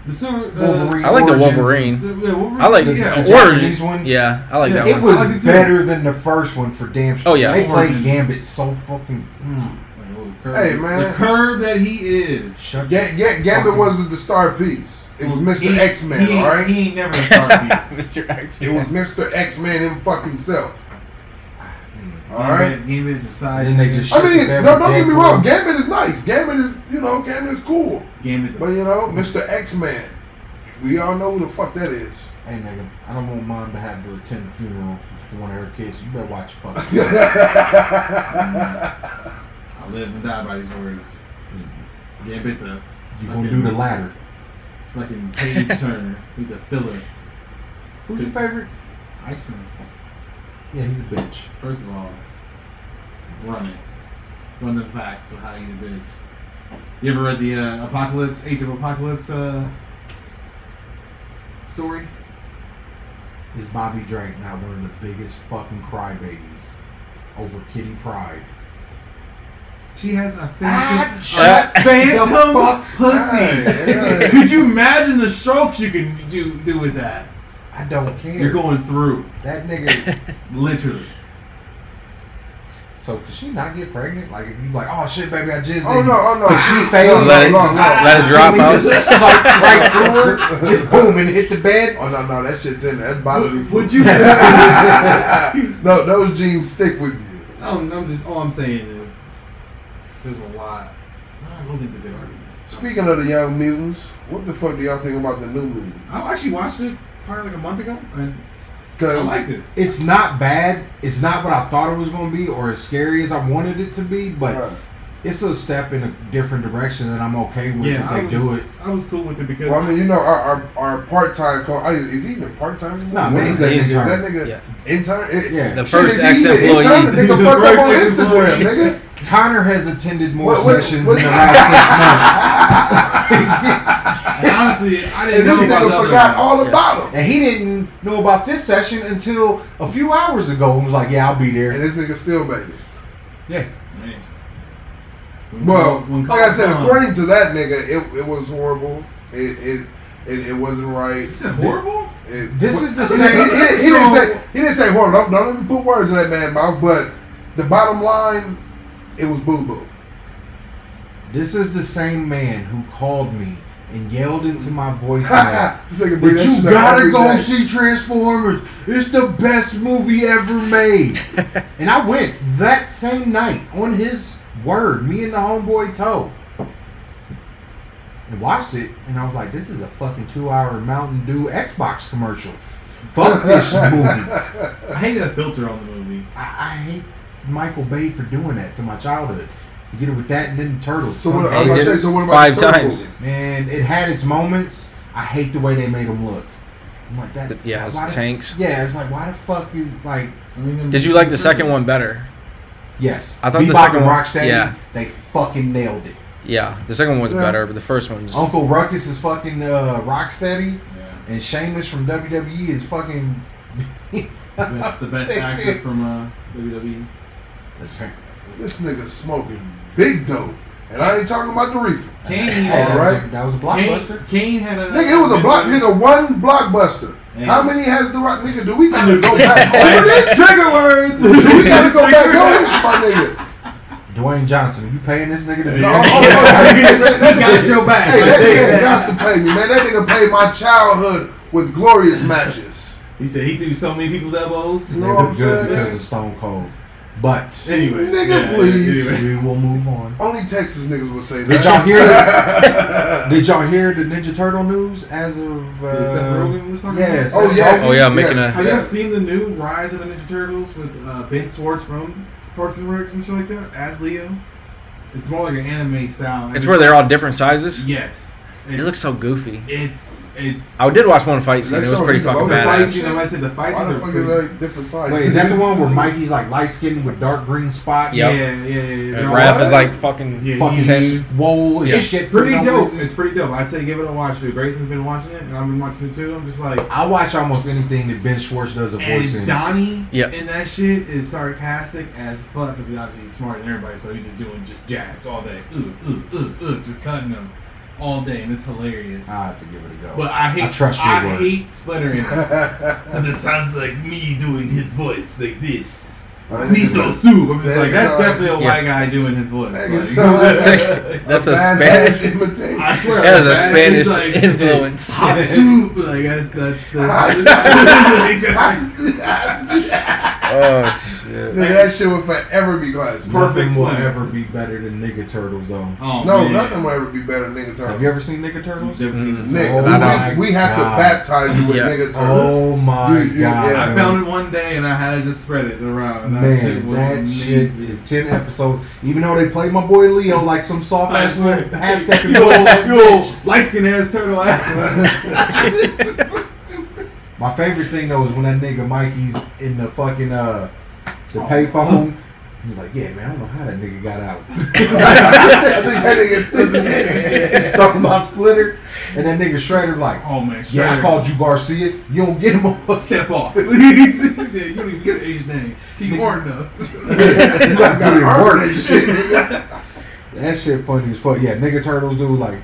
The silver, uh,
Wolverine.
I like the
Origins.
Wolverine.
the- yeah, Wolverine.
I like
yeah.
the
the
Japanese one?
Origin. Yeah, I like
Yeah,
that
it
It
one.
I
was
like it too.
better than the first one for damn sure.
Oh, yeah.
They
Origins.
played Gambit so fucking. Mm.
Like, oh, curb.
Hey, man.
the curb that he is.
Shut
Ga- Ga- Gambit wasn't the star piece. It was Mr.
He-
X Men,
he-
all right?
He ain't never a star piece.
Mr. X.
it was Mr. X Men him fucking self, all right?
Game is aside.
And then they just-
I mean,
Shit,
no, don't get me
Deadpool.
wrong. Gambit is nice. Gambit is, you know, Gambit is cool.
Game is.
But you know, Mr. X Man, we all know who the fuck that is.
Hey nigga, I don't want mom to have to attend the funeral for one of her kids. You better watch your fucking.
I live and die by these words. Gambit's a
You gonna do the latter.
fucking page turner. He's a filler.
Who's your favorite?
Iceman.
Yeah, he's a bitch.
First of all, run it. Run the facts of how he's a bitch. You ever read the uh, Apocalypse, Age of Apocalypse uh, story?
Is Bobby Drake not one of the biggest fucking crybabies over Kitty Pride?
She has a
Ah,
phantom,
shut
a phantom
the fuck
up.
pussy. Could you imagine the strokes you can do do with that?
I don't care.
You're going through,
that nigga.
literally.
so could she not get pregnant? Like if you like, oh shit, baby, I just.
oh no, oh no.
Cause she failed.
Let it-
No, no, no.
let it drop out.
Just sucked right through her. Just boom and hit the bed.
Oh no, no, that shit's in there. That's bodily.
Would- would you-
no, those jeans stick with you.
I'm, Oh, I'm just all I'm saying is there's a lot. Ah, Logan's a good argument.
Speaking of the Young Mutants, what the fuck do y'all think about the new movie?
I actually watched it probably like a month ago, and I
Cause
liked it.
It's not bad. It's not what I thought it was gonna be, or as scary as I wanted it to be, but.
Right.
it's a step in a different direction that I'm okay with
Yeah, I
if
was,
they do it.
I was cool with it because
well, I mean, you know, our our, our part time co I- is he even part time?
Nah,
what
man,
is that? Nigga?
he's
Is that
intern.
nigga
Yeah.
intern? It-
Yeah.
The
Shit,
first
is he even
ex-employee.
intern? The nigga fucked up on
First
Instagram,
ex-employee.
nigga.
Connor has attended more
What- what-
sessions
what-
in the last six months.
and honestly, I didn't
And this
know about the
nigga
other
forgot
one.
all about him.
and he didn't know about this session until a few hours ago and was like, Yeah, I'll be
And
there.
this nigga still baby.
Yeah.
Man. When-
Well,
when
like I said,
Colin-
according to that nigga, it, it was horrible. It it it, it wasn't right.
You said horrible.
It-
This is the
he
same-
Didn't, he, didn't- he didn't say he didn't say horrible. Don't, don't even put words in that man's mouth. But the bottom line, it was boo boo.
This is the same man who called me and yelled into my voice.
this nigga
But
bring that
you
shit up
gotta
every
go
day.
see Transformers. It's the best movie ever made. and I went that same night on his word, me and the homeboy Toe. And watched it, and I was like, this is a fucking two hour Mountain Dew Xbox commercial. Fuck this movie.
I hate that filter on the movie.
I, I hate Michael Bay for doing that to my childhood. You get it with that and then Turtles.
So what,
Sunset.
I'm
He
about
did
to say,
it
so what about
five
the turtle
times.
movie?
Man, it had its moments. I hate the way they made him look. I'm like, that.
Yeah, it was
why the-
tanks.
Yeah, it was like, why the fuck is like?
I mean, them-
Did you like the second one better?
Yes,
I thought the
Bebop
second
and
one-
Rocksteady.
yeah.
they fucking nailed it.
Yeah, the second one was
Yeah. Oh,
better, but the first one was
Uncle Ruckus is fucking uh, Rocksteady,
Yeah.
and Sheamus from WWE is fucking.
Best, the best actor from uh, WWE.
This nigga smoking big dope. And I ain't talking about the reefer.
Kane,
Hey,
had-
All right.
that was- That was a
Kane,
blockbuster.
Kane had a.
Nigga, it was a block. Nigga, one blockbuster. How many has the rock? Nigga, do we gotta go back over this?
trigger words?
Do we gotta go back over this, my nigga?
Dwayne Johnson, you paying this nigga to
No,
Yeah.
oh, oh,
He
that
got
nigga-
your back.
Hey, that
Like,
nigga
yeah.
got to pay me, man. That nigga paid my childhood with glorious matches.
He said he threw so many people's elbows.
No.
They
know what
look
I'm
good
saying?
because of Stone Cold. But
Anyway,
Nigga,
yeah,
please.
Anyway.
we will move on.
Only Texas niggas would say that.
Did y'all hear? Did y'all hear the Ninja Turtle news as of?
Is that the
Uh,
Rogan we was talking
yeah,
about?
Oh yeah.
Oh, yeah, making a-
Have y'all seen the new Rise of the Ninja Turtles with uh, Ben Schwartz from Parks and Recs and shit like that as Leo? It's more like an anime style. and
It's where they're all different sizes.
Yes.
It
It's-
looks so goofy.
It's it's.
I did watch one fight scene.
That
It was
show
pretty
is about
fucking
the
the
badass.
fights,
badass.
you know, I said the fights
Why
are
the fuck
pretty-
is that different size?
wait, is that the one where Mikey's like light skinned with dark green spots?
Yep.
Yeah, yeah, yeah. yeah.
And
They're
Raph
all-
is Uh, like fucking.
Yeah,
Fucking
he's-
Ten-
swole as
Yeah.
shit. for
Pretty
no
dope.
reason.
It's pretty dope. I'd say give it a watch too. Grayson's been watching it, and I've been watching it too. I'm just like,
I watch almost anything that Ben Schwartz does a voice in.
and Donnie
Yeah.
and that shit is sarcastic as fuck because he's obviously smarter than everybody, so he's just doing just jabs all day, ugh, ugh, ugh, ugh, just cutting them all day, and it's hilarious.
I have to give it a go.
but I hate,
I trust your
I
word.
hate splintering
Mikey?
because it sounds like me doing his voice like this.
so
Miso soup. I'm just
That
like, that's
sounds-
definitely a
yeah.
white guy doing his voice.
That
Like,
sounds
like- That's a
badass
Spanish-
imitation.
I swear,
That is a
man,
Spanish
he's like,
influence.
Hot soup. Like that's that's. that's
Nigga,
Oh shit.
that shit would forever be classic.
Perfect
Nothing will
swim.
ever be better than Nigga Turtles, though.
oh,
No,
man.
nothing will ever be better than nigga
Have
turtle.
you ever seen Nigga Turtles?
Never seen
Mm.
this.
Nick,
Oh
we-
my
we, have
God.
to baptize you with
Yeah.
nigga turtle.
Oh my
You- you-
god!
yeah.
I found it one day and I had to just spread it around. And that shit
Man,
was
that shit
amazing.
is ten episodes. Even though they played my boy Leo like some soft
I
ass
swear.
little half stepping
Yo,
bitch.
yo, light skin ass turtle ass.
My favorite thing though is when that nigga Mikey's in the fucking uh the
Oh.
payphone. He's like, yeah, man, I don't know how that nigga got
I
out.
think that nigga still the same.
Talking about Splitter, and that nigga Shredder like,
oh man,
yeah, I
Shredder.
called you Garcia. You don't get him on
Step off. you don't even get an Asian name. T Martin though.
You gotta put in
Earn
work.
that shit, nigga.
That shit funny as fuck. Yeah, nigga turtles do like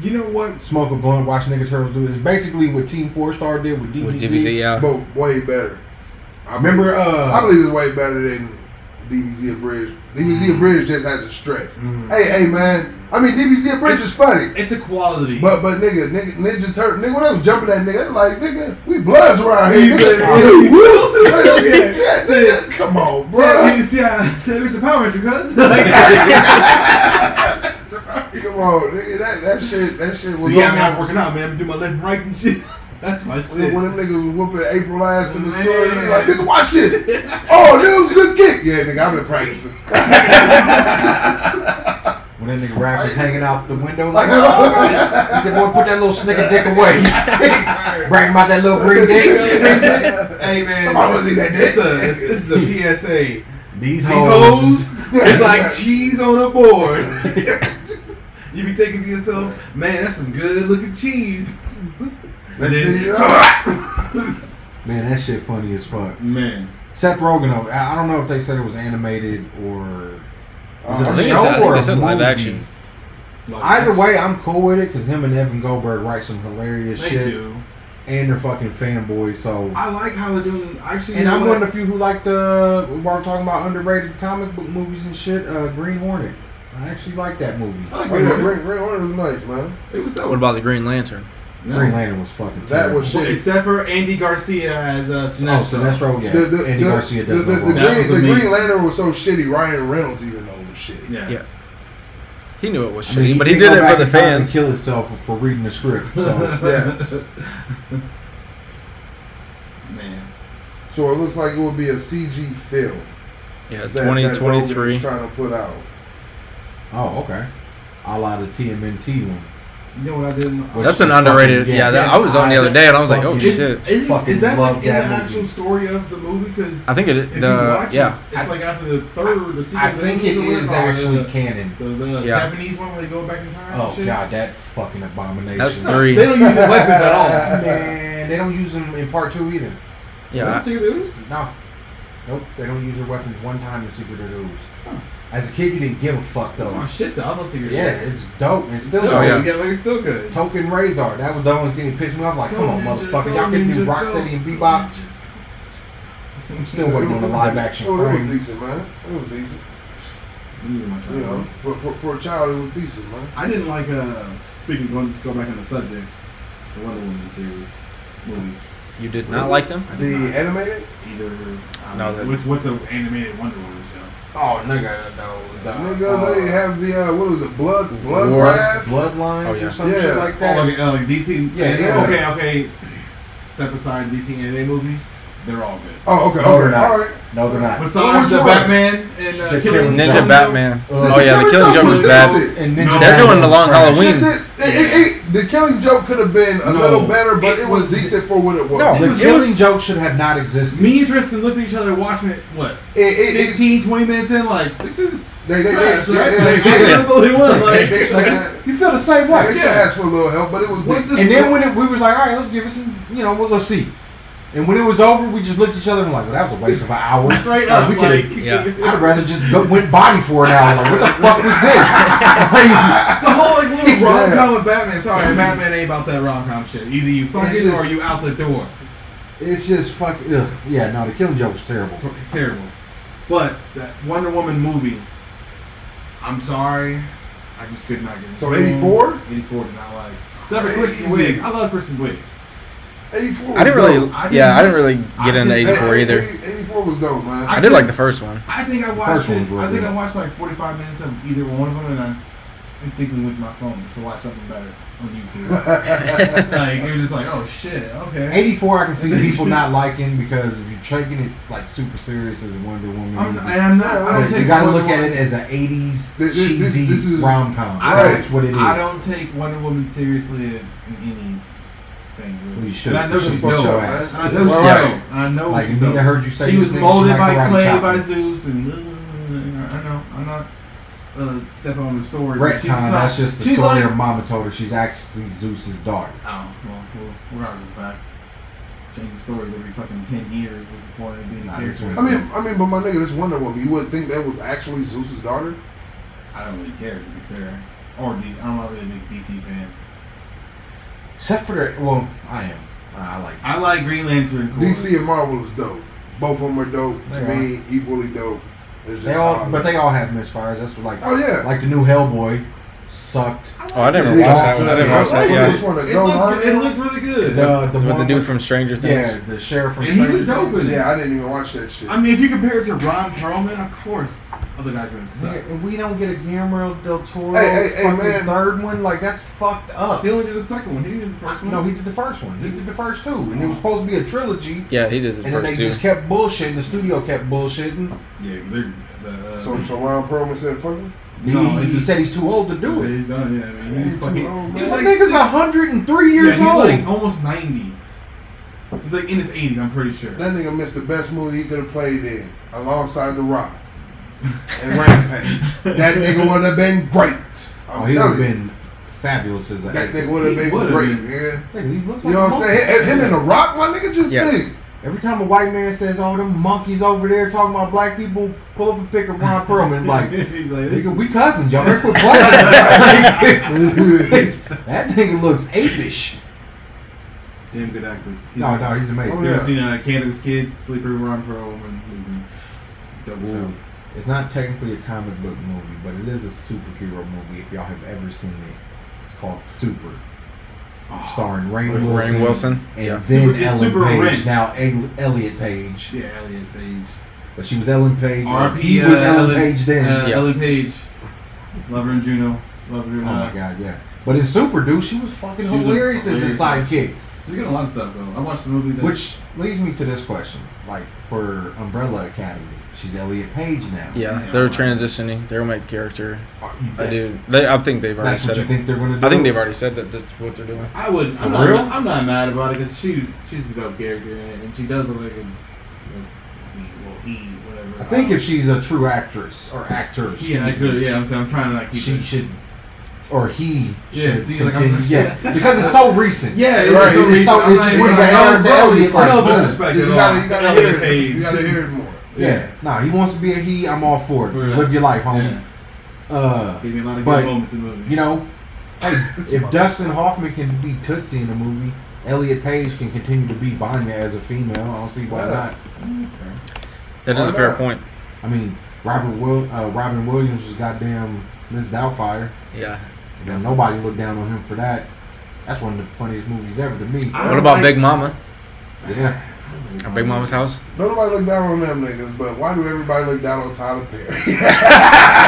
you know what?
smoke a blunt, watch nigga turtles do. It's basically what Team Four Star did with DBZ.
With DBZ, yeah.
But way better. I
Remember, uh,
believe, I believe it's way better than DBZ Abridged. DBZ Abridged just has a stretch.
Mm.
Hey, hey, man. I mean, DBZ Abridged is funny.
It's a quality.
But but nigga, nigga, Ninja Turtle, nigga, what else jumping that nigga? Like nigga, we bloods around here.
He's
Nigga,
like,
Woo, woo.
yeah.
Yeah, nigga, Come on,
See,
bro.
I- see, I said Mr. Power Ranger, cuz.
Come on, nigga, that, that shit, that shit
So,
was
yeah,
on
man, I'm
my-
working out, man. I'm doing my left and rights and shit. That's my shit.
When, when them niggas was whooping April ass in the
Man.
sun, they like, nigga, watch this. Oh, dude, good kick. Yeah, nigga, I've been practicing. Uh,
When that nigga Raph was hanging out the window, like, he said, "Boy, put that little snicker dick away. Bring him out that little green dick.
hey, man.
Come on, let's eat that
This,
dick.
a, this, this is a PSA. These
These hoes.
hoes, it's like cheese on a board. you be thinking to yourself, man, that's some good looking cheese.
Let's see.
Man, that shit funny as fuck.
man.
Seth Rogen, though, I I don't know if they said it was animated or was it
Uh, I
a
think
show
it's- I think
or
they
a
said live
movie?
action.
Either way, I'm cool with it because him and Evan Goldberg write some hilarious
they
shit,
do.
and they're fucking fanboys. So,
I like how they're doing. Actually,
and
you know
I'm
what?
one of the few who like the we were talking about underrated comic book movies and shit. Uh, Green Hornet, I actually like that movie.
I like
Oh, yeah,
Green Hornet.
Red, Red Hornet was nice, man.
It was dope.
What about the Green Lantern?
No.
Green Lantern was fucking.
That was
Well,
shit.
Except for Andy Garcia as uh,
terrible. oh
Sinestro.
Sinestro, yeah.
The, the,
Andy
the,
Garcia
the,
does
the,
no
the,
wrong.
That was
Green, the
amazing.
Green Lantern was so shitty, Ryan Reynolds even though it was shitty.
yeah.
Yeah. He knew it was
I
shitty,
mean,
but he
can
did
go
it
back
for the
in time and
fans.
Kill himself for, for reading the script. So
Man.
So it looks like it would be a CG film.
Yeah,
that- that Rogan is
2023.
trying to put out.
oh okay, a la the TMNT one.
You know what I did? in-
Which
That's an
is fucking-
underrated. Yeah, that, I was on the other day and I was like, oh
fucking-
shit.
Is,
Fucking
is that
love
like in the
that movie.
actual story of the movie? Because
I think
if
it.
you
The
watch
yeah.
it, it's like after the third. The sequel,
I think it
the-
is
the-
actually
the,
canon.
the, the
Yeah.
Japanese one where they go back in time.
Oh
and shit.
god, that fucking abomination.
That's
No,
Three.
They don't use the weapons at all.
Man, they don't use them in part two either.
Yeah.
Secret of the Ooze?
No. Nope, they don't use their weapons one time in Secret of the Ooze. As a kid, you didn't give a fuck
That's my
though.
shit though. I love Secret of the
Yeah,
Ooze.
it's dope. It's still
still
oh,
dope.
yeah.
good. Yeah, like, it's still good.
Token Razor. That was the only thing that pissed me off. Like, come on, motherfucker, y'all can do Rocksteady and Bebop.
I'm
Still waiting on the live action.
Oh, it was
frame.
decent, man. It was decent. You know,
Mm-hmm.
for, for, for a child, it was decent, man.
I didn't like uh speaking going to go back on the subject, the Wonder Woman series movies.
You did not like them.
I
The
did not
animated?
either um,
No, the-
what's what's an animated Wonder Woman show?
Oh, nigga, no. the,
Nigga, they
uh,
have the, uh, what was it, Blood, Blood
War-
Wrath?
Bloodlines
Oh,
or
yeah.
some
Yeah.
shit like
Oh,
that.
like, uh, like DC.
Yeah,
Yeah,
yeah.
Okay, okay. Step aside DC animated movies. They're all good.
Oh, okay, okay,
No, they're not.
all right.
No, they're not.
which
Besides the
one?
Batman and uh,
The
Killing
Killing
Ninja
Joke.
Batman.
Uh,
Oh yeah, the Killing Joke was bad.
And
No.
They're
Batman
doing the long
trash.
Halloween.
Shit, that- it- it- it- the Killing Joke could have been a
No.
little better, but
It
it was
was-
decent for what it was.
No.
The
It was-
killing joke should have not existed.
Me and Tristan looked at each other watching it. What?
It- it- it-
15, 20 minutes in, like this is
They- they-
trash,
they-
right?
they-
Like,
they-
I thought it was
they-
like.
they should have-
you feel the same
they should
way.
have asked for a little help, but it was
What's
decent.
this-
And then when it, we was like, all right, let's give it some, you know, well, let's see. And when it was over, we just looked at each other and were like, well, that was a waste of an hour.
straight
Oh,
Like,
up.
we
like,
could
yeah.
I'd rather just go, went body for an hour. Like, what the fuck was this? Like,
the whole like little
Yeah.
rom com with Batman. Sorry, Batman ain't about that rom com shit. Either you fuck
It's
it
just-
or you out the door.
it's just fuck. Ugh. Yeah, no, the killing joke was terrible.
T- Terrible. But that Wonder Woman movie, I'm sorry, I just could not get it.
So 84?
84 did not like. Except for
Crazy.
Kristen Wiig. I love Kristen Wiig.
84 was
I didn't really.
dope.
I
yeah, I
didn't-
didn't really get
I
into
didn't-
'84
Hey,
either.
80 84 was dope, man.
I did like the first one.
I think I
first
watched
one
it.
was really
I think
good.
I watched like 45 minutes of either one of them, and I instinctively went to my phone just to watch something better on YouTube. like it was just like, oh shit, okay.
84, I can see people not liking because if you're taking it like super serious as a Wonder Woman,
I'm,
movie,
and I'm not. I
Hey,
don't
but
take
you gotta
Wonder
look at
Woman-
it as an 80s
This- this- this-
cheesy
this is-
rom com.
I
don't-
That's what it is.
I don't take Wonder Woman seriously in in anything. Really.
You should.
And I know
You should
she's
fuck
dope.
your
And
ass.
I know she's
Well,
dope.
right.
And I know
Like
she's
Nina
dope.
heard you say
She
you
was
think
molded
like
by
karate
clay,
chop.
by Zeus, and I know. I'm not uh, stepping on the story. but
Retcon,
she's not,
that's just the
she's
story
Like,
her mama told her. She's actually Zeus's daughter.
oh well, well, regardless of the fact, changing stories every fucking ten years was the point of being a
Nah, this
character.
one's
I mean, I mean, but my nigga, this Wonder Woman, you would think that was actually Zeus's daughter?
I don't really care to be fair. Or D- I'm not really a big DC fan.
Except for the well, I am. I like.
I like Green Lantern. of course.
DC and Marvel is dope. Both of them are dope.
They
to me, equally dope. It's just
They all,
how I
but
look.
they all have misfires. That's what like.
Oh, yeah.
Like the new Hellboy, sucked.
Oh, I never
Yeah.
watched that one. I didn't
Yeah.
watch that.
Which
Yeah,
one? The
It
Joan
looked, it
Armageddon?
looked really good.
The, the,
with the
one
dude from Stranger Things.
Yeah, the sheriff from.
And he was
Stranger
dope
Things.
with it.
Yeah, I didn't even watch that shit.
I mean, if you compare it to Ron Perlman, of course, other guys are gonna suck.
Nigga, If we don't get a Guillermo del Toro
Hey, hey, hey,
fucking
man.
third one, like that's fucked up.
He only did the second one. He didn't do the first one.
No, he did the first one. He did the first two, and it was supposed to be a trilogy.
Yeah, he did the
And then they
first two.
just kept bullshitting. The studio kept bullshitting.
Yeah, they're the. Uh,
so, so Ron Perlman said, "Fuck it."
No,
it's
he, he
just-
said he's too old to do it.
He's done. Yeah, I mean,
He's
he's
too
fucking.
old, man.
he was
That
like
nigga's
six-
103
yeah,
years
he's
old.
like almost ninety. He's like in his eighties. I'm pretty sure.
That nigga missed the best movie he could have played in, alongside The Rock and Rampage. That nigga would have been great. I'm
oh, he would have
telling you,
been fabulous as an
that
actor.
nigga would have
He
been
would've
great,
been.
man.
Nigga, he
You
looked like
know
a
what I'm
monkey.
saying? Him- Him and The Rock, my nigga, just
Yeah.
think.
Every time a white man says, "Oh, them monkeys over there talking about black people," pull up a pic of Ron Perlman, like,
he's like this.
nigga, we cousins, y'all. Quit playing. that nigga looks apish.
Damn good actor. He's
No,
like-
no, he's amazing.
Oh,
You
yeah.
ever seen uh, Candace Kid, Sleeper, Ron Perlman? Double
Ooh.
sound.
It's not technically a comic book movie, but it is a superhero movie. If y'all have ever seen it, it's called Super, starring Rain
Rainn
Wilson,
Rain Wilson.
and
Yeah.
then
Super- it's
Ellen
Super
Page.
Wrench.
Now El- Elliot Page,
Yeah, Elliot Page.
but she was Ellen Page.
RP,
he
uh,
was Ellen,
Ellen-
Page then.
Uh,
Yeah.
Ellen Page, Lover and Juno, Lover
Oh
and uh,
my god, yeah. But in Super Dude, she was fucking
She was
hilarious as the
hilarious.
sidekick.
He's getting a lot of stuff though. I watched the movie. That,
Which leads me to this question. Like for Umbrella Academy, she's Elliot Page now.
Yeah, they're transitioning. They're gonna make the character.
Are you-
I do. They, I think they've already
That's
said
what you
it.
think they're gonna do.
I think they've already said that that's what they're doing.
I would.
For
I'm not,
real?
I'm not mad about it because she she's the dope character in it, and she does look like a you know, he- well he whatever.
I think
Uh,
if she's a true actress or actor, excuse
yeah, I
me,
do. Yeah, I'm saying I'm trying to like keep
she
it-
should or he
Yeah,
should
see, like, I'm-
continue- yeah because it's so recent
Yeah, it's
Right.
so
It's
recent.
so-
I'm
it
not
just
even
went
like,
from
I
Aaron
don't
to
know
Elliot
if I
first
No,
know about
blood.
but
this back
you
at all.
gotta, you gotta
Elliot
hear it.
Page.
You gotta hear it more.
yeah nah he wants to be a he I'm all for it
For real.
live your life homie
Yeah.
uh
Gave me a lot of good
But,
moments in the movie.
you know hey
It's
if
fine.
Dustin Hoffman can be Tootsie in a movie Elliot Page can continue to be Vanya as a female I don't see why
Yeah.
not
Mm, that's fair.
That is
Why
a fair
not?
point.
I mean Robert Will uh, Robin Williams was goddamn Miss Doubtfire
Yeah.
You know, nobody looked down on him for that that's one of the funniest movies ever to me
I
What
don't
about
like-
Big Mama?
yeah
Or Big Mama's house?
Nobody look down on them niggas, but why do everybody look down on Tyler Perry?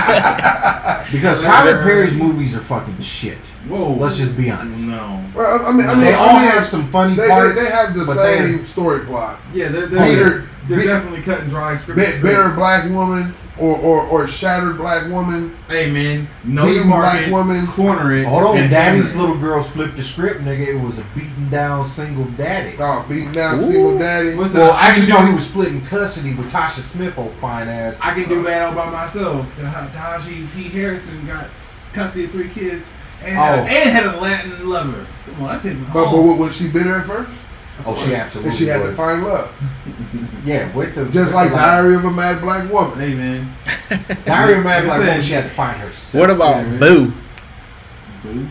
because Tyler Perry's movies are fucking shit
Whoa.
Let's just be honest.
No.
well, I- I mean, I mean,
they all
I mean,
have some funny
They, they,
parts.
they have the
but
same story plot.
Yeah, they're
Oh, yeah.
they're, they're
Bit-
definitely cut and dry script.
Bit, bitter black woman or, or, or shattered black woman,
Hey man, no
beaten black
market,
woman.
corner it.
they're- Although
and
Daddy's
hammer it.
little girls flipped the script, nigga, it was a beaten down single daddy.
Oh, beating down
Ooh.
single daddy.
What's
Well,
up?
actually, no, he was split in custody with Tasha Smith, old fine ass.
I can do bad all by myself. Dah- Dahaji P. Harrison got custody of three kids and, had,
Oh.
and had a Latin lover. Come on, that's hitting
But, but
home.
was she bitter at first?
Oh, she absolutely.
And she had to
was.
find love.
Yeah, with the
Just like
Diary,
Diary of a Mad Black Woman.
hey man,
Diary of Mad Black
Listen.
Woman, she had to find herself.
What about Boo?
boo.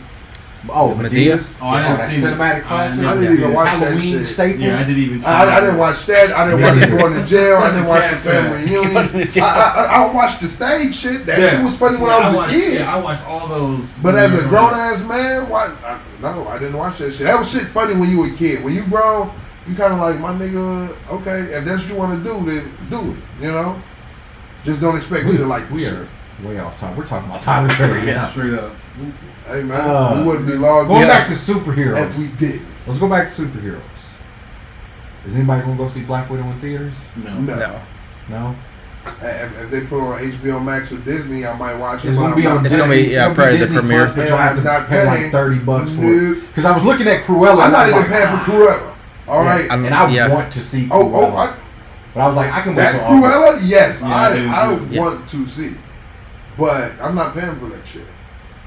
Oh,
Medea?
Medea's.
Oh, I haven't
that
seen it.
cinematic
I
classic.
haven't
I didn't even
seen it.
watch that
Halloween
shit.
staple.
Yeah, I didn't even. Try
I, I didn't watch that. I didn't watch him going to jail. I didn't watch the family reunion. I, I, I watched the stage shit. That shit was funny
See,
when I was
watched,
a kid.
Yeah, I watched all those.
But
movies
as a
growing
grown
up.
ass man, why? I, no, I didn't watch that shit. That was shit funny when you were a kid. When you grown, you kind of like my nigga. Okay, if that's what you want to do, then do it. You know, just don't expect me
We,
to like
we
this
are way off topic. We're talking about Tyler Perry now.
straight up.
shit. Hey man,
Uh,
we wouldn't be logged
Going
in
back to superheroes.
if we did.
Let's go back to superheroes. Is anybody gonna go see Black Widow in theaters?
No.
No,
No.
No.
If, if they put on HBO Max or Disney, I might watch it.
It's
but
gonna
I'm
be on.
not-
It's gonna be-
Disney-
yeah,
it'll
probably the
Disney
premiere.
Plus, but you'll have
And I'm
to
not
pay like
paying
thirty bucks for it.
Nope.
Because I was looking at Cruella.
I'm
and I
not
was
even
like,
paying for
"Ah."
Cruella. All
Yeah.
right.
I'm-
And I
yeah.
want to see. Cruella.
Oh, oh, I,
but I was like, I can wait
That
till August.
Cruella, yes,
Yeah,
I,
they would
I
do
would
it.
want to see, but I'm not paying for that shit.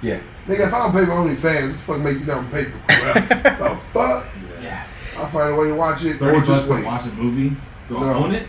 Yeah.
Nigga, if I don't pay for OnlyFans, what the fuck make you not pay for Cruella? the fuck?
Yeah.
I'll find a way to watch it
Thirty
or
bucks
just
to
wait.
watch a movie. Go
No.
own it.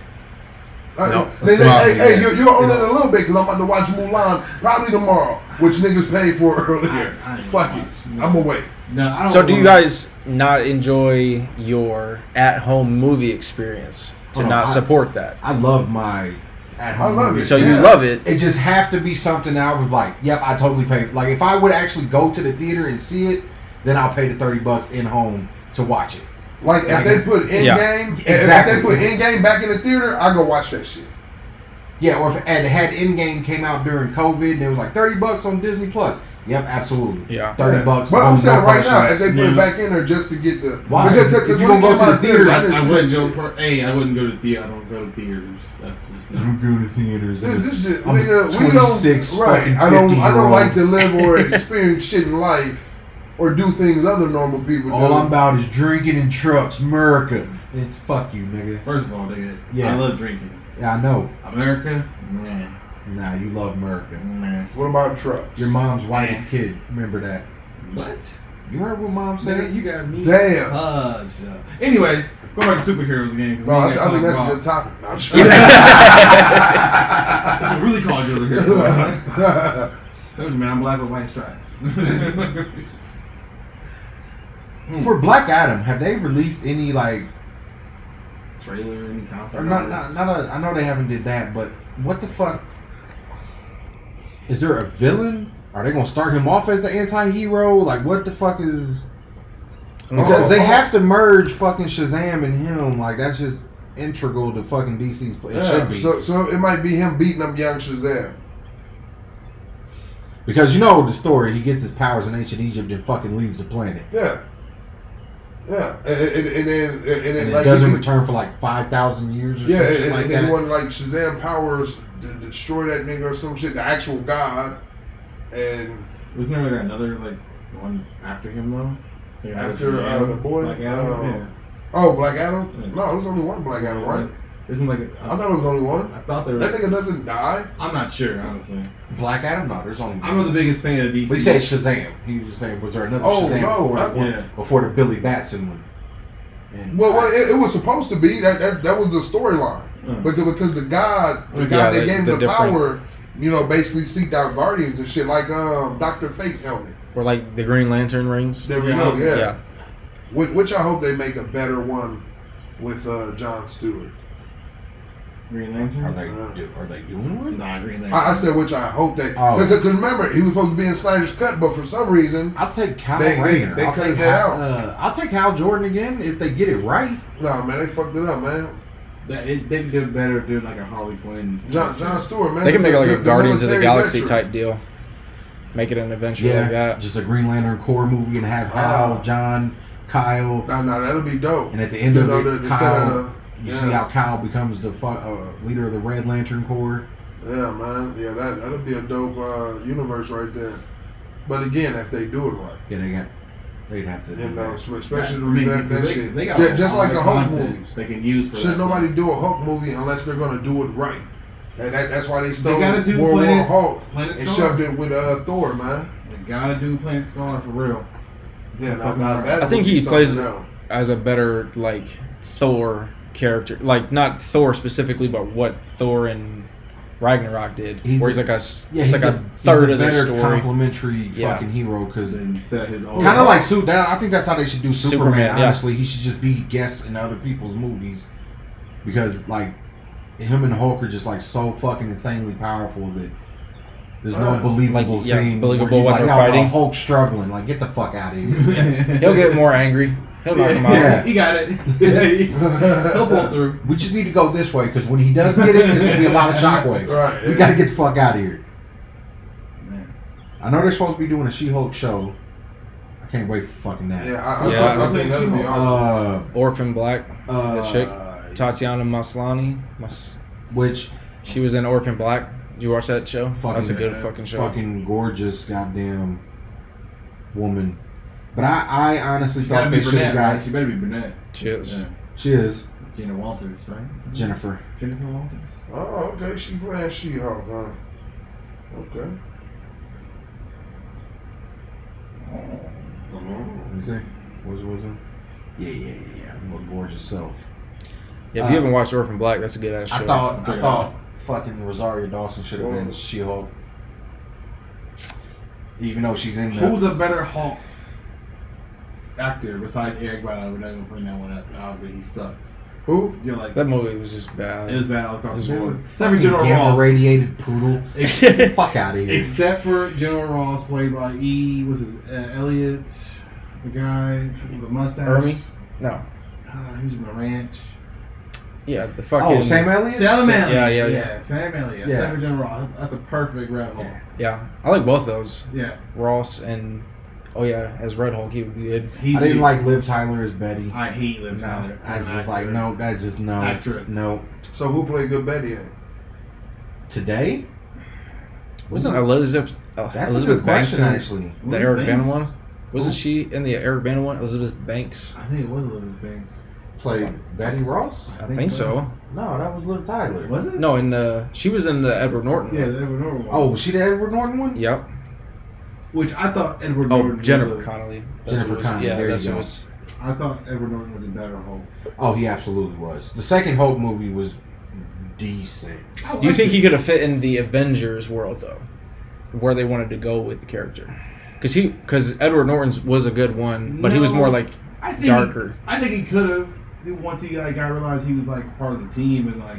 Uh,
No,
they-
it's
they-
not,
hey,
yeah.
hey, you're, you're on
You
it
know.
a little bit because I'm about to watch Mulan probably tomorrow, which niggas paid for earlier.
I- I ain't
fuck
gonna
it,
watch.
I'm away.
No, I don't.
So do you
wanna-
guys not enjoy your at-home movie experience to
Hold on,
not
I-
support that?
I love my at home.
I love
movies.
it.
So you
Yeah.
love it.
It just have to be something that I would like. Yep, I totally pay. Like if I would actually go to the theater and see it, then I'll pay the thirty bucks in home to watch it.
Like if
Like,
they put Endgame,
yeah.
if-
Exactly.
if they put Endgame back in the theater, I go watch that shit.
Yeah, or if it had, had Endgame came out during COVID and it was like thirty bucks on Disney Plus. Yep, absolutely.
Yeah.
Thirty bucks.
But I'm
no
saying right now, if
questions.
they put
Yeah.
it back in there just to get the
Why?
Because, because
If you
when it
gonna go
came
to
out
the
of
theater,
I
I,
didn't
I
see
wouldn't
that
go
shit.
for. Hey, I wouldn't go to theater. I don't go to theaters. That's just
You
not.
go to theaters.
This,
and-
this shit,
I'm
nigga, we don't.
26
Right,
fucking
I don't. I
50-year-old.
don't like to live or experience shit in life, or do things other normal people do.
all I'm about is drinking in trucks, America. It's fuck you, nigga.
First of all, nigga,
Yeah.
I love drinking.
Yeah, I know.
America, man,
Nah, you love America.
man.
what about trucks?
Your mom's whitest kid. Remember that.
What?
You heard what mom
Nigga,
said?
you got me.
Damn.
fudged up. Anyways, go back to superheroes again. 'cause
no,
we
I,
ain't
I
got
think that's
called
a
Raw.
good topic. No, I'm just-
That's what really called you over here. bro. Told you, man, I'm black with white stripes.
Hmm. For Black Adam, have they released any like
Trailer, any concept?
Or not,
art?
not, not a, I know they haven't did that, but what the fuck? Is there a villain? Are they gonna start him off as the anti-hero? Like, what the fuck is? Because they have to merge fucking Shazam and him. Like, that's just integral to fucking DC's. Play. It
Yeah,
should be
So, so it might be him beating up young Shazam.
because you know the story. He gets his powers in ancient Egypt and fucking leaves the planet.
Yeah. Yeah, and, and, and then and, then
and it
like
doesn't
he-
return for like five thousand years or
Yeah,
some
and,
Mm-hmm. shit
and,
like
and
that.
then one like Shazam powers d- destroy that nigga or some shit, the actual god, and
Wasn't there like another like one after him though? Like,
After,
Black
uh,
Adam?
the boy?
Black Adam?
Oh.
yeah.
oh Black Adam.
Yeah.
No, it was only one Black Adam, right?
Isn't like a,
I thought it was only one.
I thought there
That
was.
nigga doesn't die.
I'm not sure honestly.
Black Adam, no, there's only.
I'm not the biggest fan of DC.
But he said Shazam. He was saying, was there another
Oh,
Shazam
no,
before,
that
the one,
one.
before the Billy Batson one? And
Well, well it, it was supposed to be that that, that was the storyline,
Mm.
but the, because the god, the
Yeah,
god
the-
that gave him
the
the,
different-
power, you know, basically seeked out guardians and shit like um Doctor Fate's helmet.
Or like the Green Lantern rings.
There we
Yeah.
go. Yeah.
Yeah.
Which, which I hope they make a better one with uh, John Stewart.
Green Lantern.
are they
Uh-huh.
do, are they doing one?
Nah, Green Lantern.
I, I said, which I hope they.
Oh.
Because remember, he was supposed to be in Snyder's Cut, but for some reason,
I'll take Kyle
They- they-
Rayner.
they
I'll
cut
take
that
Hal-
out.
Uh, I'll take Hal Jordan again if they get it right.
nah, man, they fucked it up, man.
that, it, they could do better doing like a Harley Quinn.
John, John Stewart, man.
They can make it like
the-
a
the
Guardians of the
military
Galaxy
veteran.
type deal. Make it an adventure like that.
just a Green Lantern core movie and have Hal,
Oh.
John, Kyle,
Nah, nah, that'll be dope.
and at the end
you
of
know,
it,
the, the
Kyle.
setup.
you
yeah.
see how Kyle becomes the fu- uh, leader of the Red Lantern Corps.
Yeah, man. Yeah, that that'll be a dope uh, universe right there. But again, if they do it right,
Yeah, they got. They'd have to.
you
do
know,
that.
especially
I
to
mean,
revamp that
they,
shit.
They got
Ju- just
all
like
their
the Hulk
content
movies.
They can use for
Should
that.
nobody do a Hulk movie unless they're gonna do it right. And that, that's why they stole
gotta do
World War
Planet-
Hulk
Planet
and
Star.
shoved it with uh, Thor, man.
They gotta do Planet Star for real.
Yeah,
Fucking right.
I think he plays- As a better like Thor character, like not Thor specifically, but what Thor and Ragnarok did,
He's
where he's
a-
like a s-
Yeah,
it's
he's
like a,
he's
third of the
better
story.
Complimentary
Yeah.
fucking hero because
Then set his own.
kind of like suit down. I think that's how they should do Superman.
Superman, yeah.
honestly, he should just be guest in other people's movies because like him and Hulk are just like so fucking insanely powerful that there's no
Uh,
believable
like, yeah,
thing. where
believable
you,
what
like,
they're
"Oh, no,
fighting."
Hulk struggling. Like get the fuck out of here.
He'll get more angry. He'll knock him out.
Yeah.
He got it. He'll pull through.
We just need to go this way because when he does get it, there's gonna be a lot of shockwaves.
Right,
We
yeah.
gotta get the fuck out of here.
Man.
I know they're supposed to be doing a She-Hulk show. I can't wait for fucking that.
Yeah, I, I,
Yeah.
thought- I, think that'll be awesome.
Uh,
Orphan Black,
uh,
chick? Tatiana Maslany. Mas-
which
she was in Orphan Black. Did you watch that show?
Fucking
That's a good
yeah.
fucking show.
fucking gorgeous goddamn woman. But I, I honestly
She
thought
gotta be
they should
brunette.
have
Right?
got.
She better be brunette.
Cheers.
Yeah.
She is
Gina Walters, right?
Jennifer.
Jennifer Walters.
Oh, okay. She playing She Hulk, huh? Okay.
Let me see. What's what's her? Yeah, yeah, yeah. yeah. What gorgeous self.
Yeah, if you
Uh,
haven't watched Orphan Black, that's a good ass show.
I thought
Check
I
it
thought fucking Rosario Dawson should have been
Well-
She-Hulk. Even though she's in the
Who's a better Hulk actor besides Eric Bana? We're not gonna bring that one up. Obviously, he sucks.
Who?
You're like
that movie was just bad.
it was bad all across the
Dude,
board. Except for
fucking
General
gamma
Ross.
radiated poodle.
Ex-
Fuck out of here.
Except for General Ross, played by E. Was it uh, Elliot? The guy with the mustache.
Ermy? no.
Uh, he was in the ranch.
Yeah, the fucking.
Oh, Sam Elliott.
Sam
yeah,
Elliott.
yeah, yeah.
Sam Elliott.
Yeah.
Except for General Ross. That's- That's a perfect Red Hulk.
Yeah, I like both those.
Yeah.
Ross and oh yeah, as Red Hulk, he would be good.
He
I didn't
did-
like Liv Tyler as Betty.
I hate Liv
No,
Tyler.
I was just
Actor.
like, no, that's just no.
Actress.
No.
So who played Good Betty? In? it?
Today?
Wasn't Elizabeth uh,
That's a
Elizabeth
good
Banks
question,
in-
actually.
Who
the Eric Bana
Banks?
one? Wasn't she in the Eric Bana one? Elizabeth Banks.
I think it was Elizabeth Banks.
Played Betty Ross?
I think so.
No, that was Liv Tyler.
Was it?
No, in the she was in the Edward Norton.
Yeah,
one.
the Edward Norton one.
Oh, was she the Edward Norton one?
Yep.
Which I thought Edward
Oh,
Norton. was
Jennifer
a-
Connelly.
Jennifer
what it was-
Connelly,
Yeah,
there you
that's what
go.
it was.
I thought Edward Norton was a better Hulk.
Oh, he absolutely was. The second Hulk movie was decent.
Do you think he could have fit in the Avengers world though, where they wanted to go with the character? Because he, because Edward Norton's was a good one, but he was
No.
more like
I think
darker.
I think he could have once he like I realized he was like part of the team and like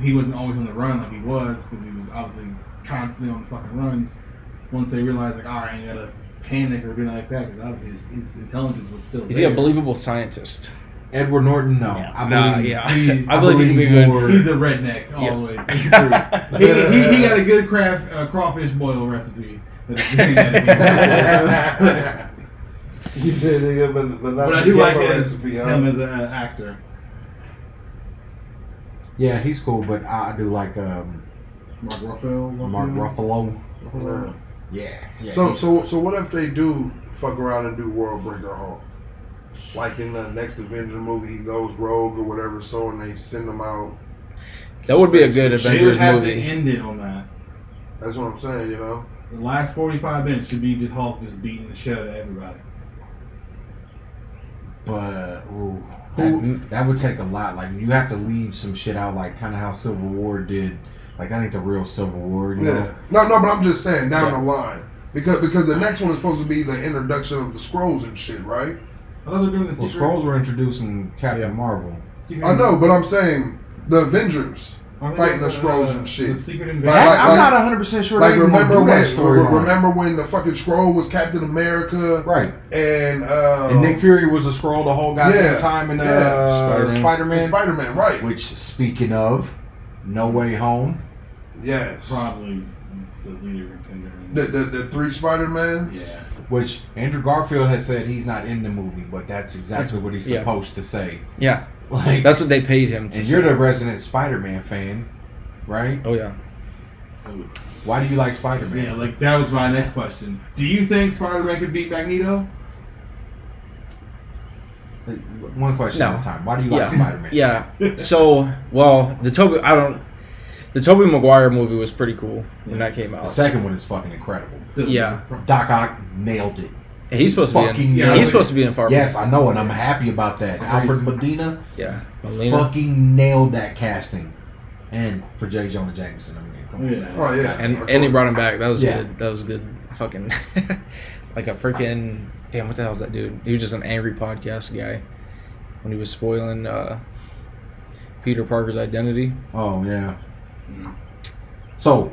he wasn't always on the run like he was because he was obviously constantly on the fucking run. Once they realized like all right, you gotta panic or be like that because obviously his, his intelligence was still.
Is he
there.
a believable scientist?
Edward Norton, no.
Yeah.
I
Nah,
believe,
yeah.
He-
I believe he could be
believe
good.
more-
He's a redneck all
Yeah.
the way through. he, he, he got a good craft uh, crawfish boil recipe. that-
He said, nigga, but, but not
What I
the
do
ghetto
like is
recipe, huh?
him as an actor.
Yeah, he's cool, but I do like um,
Mark Ruffalo.
Mark Ruffalo.
Ruffalo.
Yeah. yeah
So
he-
so so what if they do fuck around and do Worldbreaker Hulk? Like in the next Avenger movie, he goes rogue or whatever, so and they send him out.
That would be a good
They would
Avengers
have to
movie.
end it on that.
That's what I'm saying, you know.
The last 45 minutes should be just Hulk just beating the shit out of everybody.
but ooh,
Who-
that, that would take a lot. Like you have to leave some shit out, like kind of how Civil War did. Like that ain't the real Civil War. You
Yeah.
know?
No, no, but I'm just saying down
Yeah.
the line because because the next one is supposed to be the introduction of the scrolls and shit, right?
I thought they were doing the
Well,
secret.
scrolls were introducing Captain
Yeah.
Marvel.
secret
I know, but I'm saying the Avengers.
Aren't they
fighting the
doing
Skrulls
uh,
and shit.
The secret
That-
invasion.
like-
I'm
like-
not 100 percent sure.
Like
they even
remember
do
when
that story.
remember when the fucking scroll was Captain America
Right.
and uh
and Nick Fury was a scroll the whole goddamn
Yeah,
time in uh,
yeah.
Spider-Man.
Spider Man.
Spider Man, right?
Which, speaking of, No Way Home.
Yes.
probably the leader contender. in-
The, the the three Spider Mans.
yeah.
Which Andrew Garfield has said he's not in the movie, but that's exactly
That's-
what he's
yeah.
supposed to say.
Yeah,
Like,
that's what they paid him to.
and
say.
you're the resident Spider Man fan, right?
oh yeah,
Ooh.
Why do you like Spider Man?
Yeah, like that was my next question. Do you think Spider-Man could beat Magneto?
One question
No.
at a time. Why do you like
yeah,
Spider Man?
yeah. So well, the Toby I don't. The Toby Maguire movie was pretty cool when that came
The
out.
second one is fucking incredible.
Still,
Yeah.
Doc Ock nailed it.
And he's supposed to be
Fucking
in.
yeah.
he's supposed to be in Far From-
Yes, I know, and I'm happy about that.
Agreed.
Alfred Medina,
Yeah. Molina.
fucking nailed that casting. And for J. Jonah Jameson, I mean, come on.
Yeah.
Oh yeah.
And and he brought him back. That was
Yeah.
good. That was good. Fucking like a freaking damn. What the hell is that dude? He was just an angry podcast guy when he was spoiling uh, Peter Parker's identity.
Oh yeah.
Mm-hmm.
Mm.
So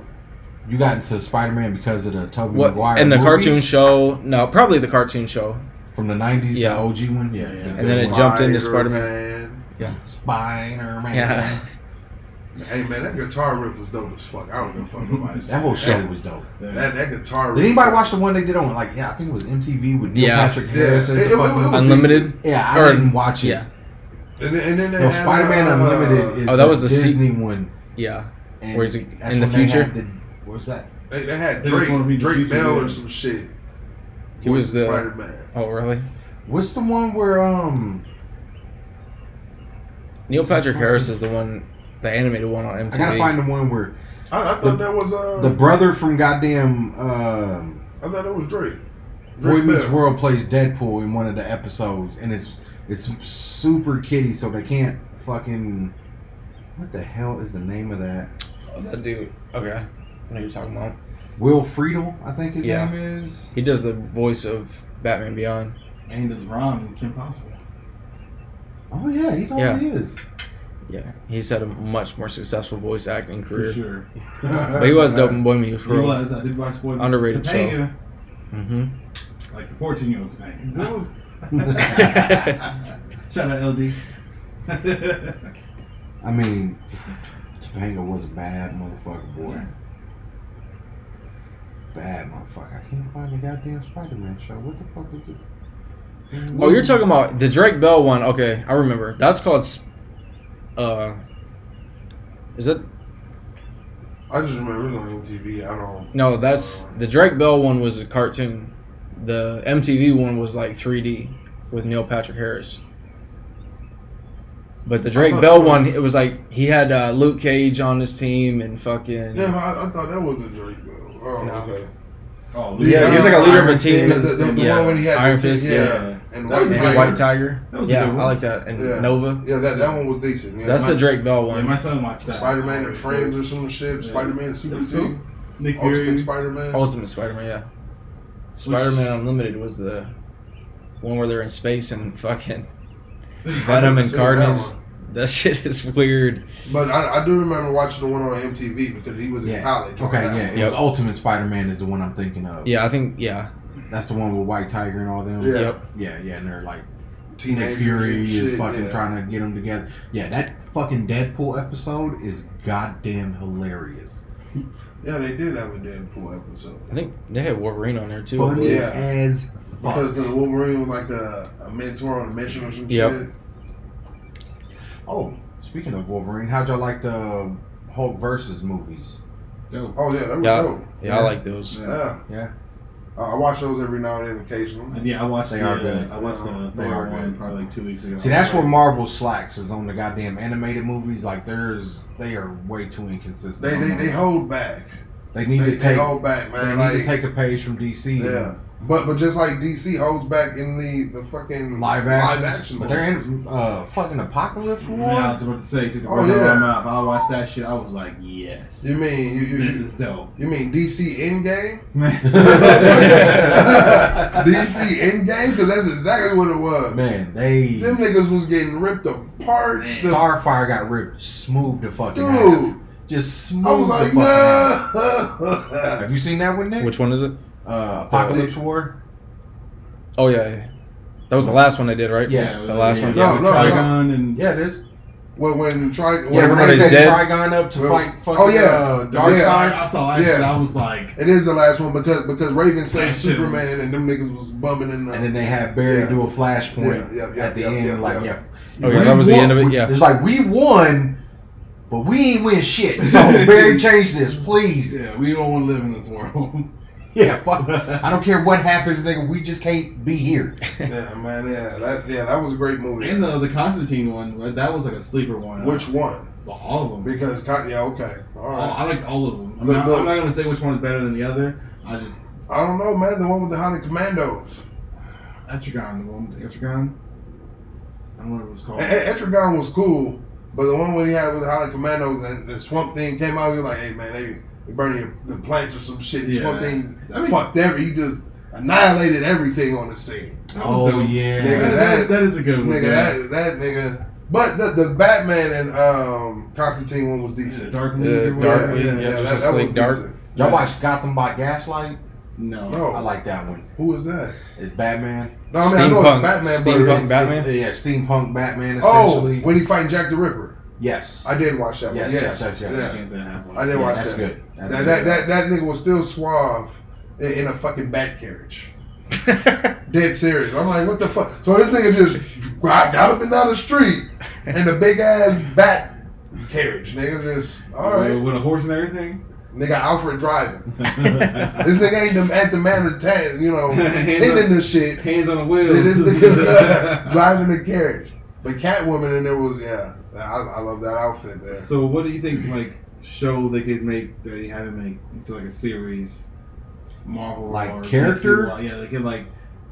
you got into Spider Man because of the Tobey
What
Maguire
and the
movies
cartoon show? No, probably the cartoon show.
from the nineties,
Yeah.
the OG one, yeah.
Yeah, yeah.
And then it jumped into
Spider-Man.
Spider Man.
Yeah.
Hey man, that guitar riff was dope as fuck. I don't give a fuck nobody.
That whole show was dope.
That, that guitar.
Did
riff-
anybody watch the one they did on like yeah, I think it was MTV with Neil
Yeah.
Patrick
Yeah,
Harris as
it-
the
it- it
fucking-
was-
Unlimited.
Yeah, I
or-
didn't watch it.
yeah.
And, then- and then they
No,
had,
Spider Man
uh,
Unlimited is
Oh, that was the se-
Disney one.
Yeah.
and
Where is it-
that's
in the
when they
future?
had the- What's that?
They, they had
They just wanna be
Drake,
the
Drake
future,
Bell
yeah.
or some shit.
He was the-
Spider-Man.
Oh really?
What's the one where um
Neil
It's a
Patrick
fucking-
Harris is the one, the animated one on MTV.
I gotta find the one where
I, I thought
The-
that was uh,
the brother from goddamn um
I thought that was Drake.
Boy
Drake
Meets
Bell.
World plays Deadpool in one of the episodes, and it's it's super kiddie, so they can't fucking. What the hell is the name of that?
Oh, that dude. Okay. I know you're talking about.
Will Friedle, I think his
Yeah.
name is.
He does the voice of Batman Beyond.
And does Ron and Kim Possible.
Oh yeah, he's all
Yeah.
he is.
Yeah, he's had a much more successful voice acting
For
career.
sure.
But he was dope in Boy Meets
He
World.
was. I did watch Boy Meets-
Underrated
Topanga,
hmm
Like the 14 year old Topanga.
Who was-
Shout out LD.
I mean, Topanga was a bad motherfucker, boy. Bad motherfucker. I can't find the goddamn Spider-Man show. What the fuck is it?
Oh, you're talking about the Drake Bell one. Okay, I remember. That's called. s- Uh, is that
I just remember it was on MTV. I don't.
no? That's the Drake Bell one was a cartoon. The MTV one was like 3D with Neil Patrick Harris. But the Drake
thought-
Bell one, it was like he had uh, Luke Cage on his team and fucking.
Yeah, I, I thought that was a Drake Bell. Oh,
No.
okay.
oh,
Yeah, he was like a leader of a team.
The, the, the, the
Yeah.
one when he had
Iron
the,
Fist,
yeah.
yeah.
And White
That was a
Maybe
good
Tiger.
White Tiger.
That was a
Yeah,
good one.
I like that. And
Yeah.
Nova.
Yeah, that, that one was decent. Yeah.
That's the Drake Bell
Yeah,
one.
my son watched that.
Spider Man and Friends Oh, or some shit.
Yeah.
Spider Man Super
That's cool.
Team.
Nick Fury.
Ultimate Spider Man.
Ultimate Spider-Man, yeah. Spider-Man Unlimited was the one where they're in space and fucking Venom and Carnage. That shit is weird.
But I, I do remember watching the one on MTV because he was in college.
Okay, yeah. It
Yep.
was Ultimate Spider-Man is the one I'm thinking of.
Yeah, I think yeah.
That's the one with White Tiger and all them.
Yeah.
Yep.
Yeah, yeah, and they're like
Teenage
Nick Fury is fucking trying to get them together. Yeah, that fucking Deadpool episode is goddamn hilarious.
Yeah, they did have a Deadpool episode.
I think they had Wolverine on there too. I
Funny
believe.
yeah.
as
Because
fuck.
the Wolverine was like a, a mentor on a mission or some
Yep.
shit.
Oh, speaking of Wolverine, how'd y'all like the Hulk versus movies?
Dope.
Oh yeah, that was
Yeah.
dope.
Yeah, I like those.
Yeah.
Yeah.
Uh, I watch those every now and then occasionally.
And yeah, I watched
They
the,
are
uh,
good.
I watched the
They
Thor
are
one
good.
probably like two weeks ago.
See, that's where Marvel slacks is on the goddamn animated movies. Like, there's they are way too inconsistent.
They, they they hold back.
They
They,
need to
they
take
hold back,
they
man.
need to
like-
take a page from DC.
Yeah. But but just like DC holds back in the the fucking
Live action,
live action
but they're
movies.
in uh fucking apocalypse war.
Yeah, I was about to say, took the
Oh,
breath out of
yeah.
my mouth. I watched that shit. I was like, yes,
You mean you you,
this
you,
is dope.
you mean DC Endgame?
Man,
DC Endgame? Because that's exactly what it was.
they
Them niggas was getting ripped apart. The-
Starfire got ripped smooth to fucking half.
dude,
Just
I was
smooth.
like,
to fucking half.
no.
Have you seen that one, Nick?
Which one is it?
uh, apocalypse war?
Oh yeah, yeah. That was the last one they did, right?
Yeah,
the last one.
No,
Yeah, with
no, no.
Trigon and
Yeah, it is.
when when try when
Yeah, when
everybody's
they set
dead.
Trigon up to
Well,
fight fucking
oh, yeah.
uh, Dark
Yeah.
Side.
I saw that
Yeah.
shit. I was like,
it is the last one because because Raven saved
That shit
Superman
was-
and them niggas was bumming in the
And then they have Barry
Yeah.
do a flashpoint
Yeah, yeah, yeah,
at the
yeah,
end,
yeah, yeah.
like yeah.
Oh, yeah,
We
that was the
won-
end of it,
we-
yeah.
it's like we won, but we ain't win shit. So Barry, change this, please.
yeah, we don't want to live in this world.
Yeah, fuck. I don't care what happens, nigga. We just can't be here.
yeah man yeah that yeah that was a great movie.
and the the Constantine one, that was like a sleeper one.
Which one?
Well, all of them.
Because Con- yeah okay all
All-
Oh,
right.
I like all of them. I'm,
Look,
not,
look.
I'm not gonna say which one is better than the other. I just
I don't know, man. The one with the Haunted Commandos.
Etrigan, the one with Etrigan. I don't know what it was
E-
Oh.
called.
E- Etrigan was cool, but the one when he had with the Haunted Commandos and the Swamp Thing came out, he was like, hey, man, they, they burning your, the plants or some shit. The
Yeah.
Swamp Thing
I mean-
fucked every. He just annihilated everything on the scene.
That
Oh,
was dope.
yeah.
That-
Nigga,
that-
that-
that is a good one.
Nigga,
yeah.
that, that nigga. But the, the Batman and um, Constantine one was
Yeah,
decent.
Dark
Yeah,
League. or
Dark
whatever.
League, yeah, just a slick dark.
decent.
Y'all watch Gotham by Gaslight?
No.
No.
I like that one.
Who was that?
It's Batman.
No, I mean, I know
Steampunk-
it's Batman, but
steampunk
it's-
It's-
Batman?
it's- yeah, steampunk Batman.
Oh,
Essentially,
when he fighting Jack the Ripper.
yes.
I did watch that
Yes,
one.
yes, yes, yes.
Yeah.
Can't say I have one.
I didn't
Yeah,
watch
that's
that.
good. That's
That,
good.
that, that, that nigga was still suave in, in a fucking bat carriage. Dead serious. I'm like, what the fuck? So this nigga just got got up and down the street in a big ass bat carriage. Nigga just, all
With,
right.
with a horse and everything.
Nigga Alfred driving. This nigga ain't the, at the manor, ta- you know, tending the shit.
Hands on the wheel.
This nigga uh, driving the carriage. But Catwoman in there was, yeah. I, I love that outfit there.
so, what do you think? Like, show they could make that they haven't made into like a series, Marvel
Like
or
character?
DC-wise? Yeah, they could like.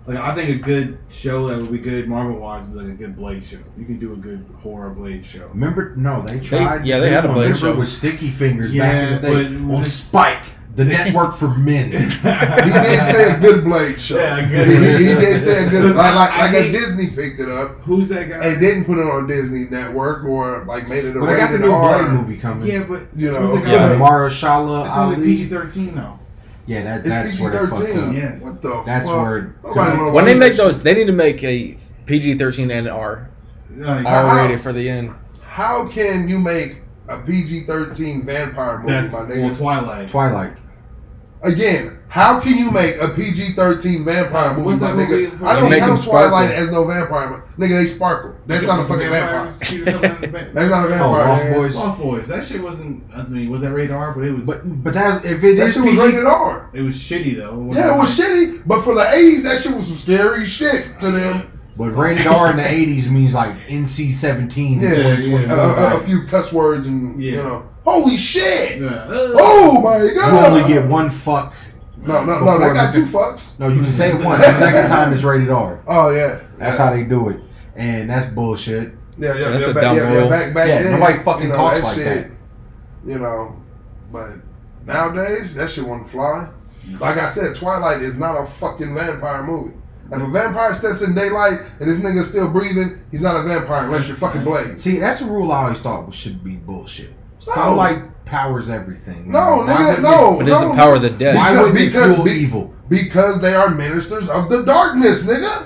Like I think a good show that would be good Marvel wise would be like a good Blade show. You can do a good horror Blade show.
Remember? No, they tried.
yeah, they had a
one
Blade
with-
show.
with Sticky Fingers
Yeah,
back in the
but-
day on Spike, the network for
He
men.
did say a good blade show.
Yeah, a
he,
good-
he did say a good. Like, like,
I
like if
hate-
Disney picked it up
Who's that guy?
and didn't put it on Disney Network or like made it a
But I got the
rated
new Blade
R.
movie coming.
yeah, but
You know,
Who's the
Yeah,
guy?
uh,
Mara Shala
it sounds like
Ali.
PG thirteen now.
Yeah, that, that's
it's PG
where they fucked
thirteen.
up.
Yes.
What the?
That's
fuck?
where.
Nobody wanna
when they
watch
make
that
those,
shit.
they need to make a PG thirteen and R
Like,
Uh,
R rated for the end.
how can you make a PG thirteen vampire movie,
that's
my
well,
nigga?
Twilight.
Twilight.
Again, how can you make a PG thirteen vampire movie,
What's
my
that
nigga?
movie?
I
You
don't
make 'em
count Twilight
sparkle.
as no vampire, mo- nigga. They sparkle. That's not a fucking vampire.
Vampires, Peter Cullen, Ba-
That's not a
Oh,
vampire.
Lost
man.
Boys.
Lost Boys. That shit wasn't. I mean, was that radar? But it was.
But but that's if it
That
is
shit was
PG.
rated R.
it was shitty though.
Yeah, it was shitty, but for the 80s, that shit was some scary shit to them.
But rated R in the '80s means like NC seventeen.
Yeah,
Yeah,
Uh, uh, a few cuss words and, you
Yeah.
know, holy shit!
Yeah.
Oh my god!
You only get one fuck.
No, no, no, they got two fucks.
No, you can say it once. The second time it's rated R.
Oh, yeah.
That's
yeah.
how they do it, and that's bullshit.
Yeah, yeah,
That's
yeah,
a
back,
dumb
yeah, yeah,
rule.
back, back
Yeah,
then,
nobody fucking
you know,
talks like
shit, You know, but nowadays, that shit wouldn't fly. Like I said, Twilight is not a fucking vampire movie. If a vampire steps in daylight and this nigga's still breathing, he's not a vampire unless you're fucking Blade.
See, that's a rule I always thought should be bullshit.
No.
Sunlight powers everything.
No,
Why
nigga,
wouldn't
no.
it-
But it's
no,
the power of the dead.
Why
Because-
would they
because
fuel
be-
evil?
Because they are ministers of the darkness, nigga.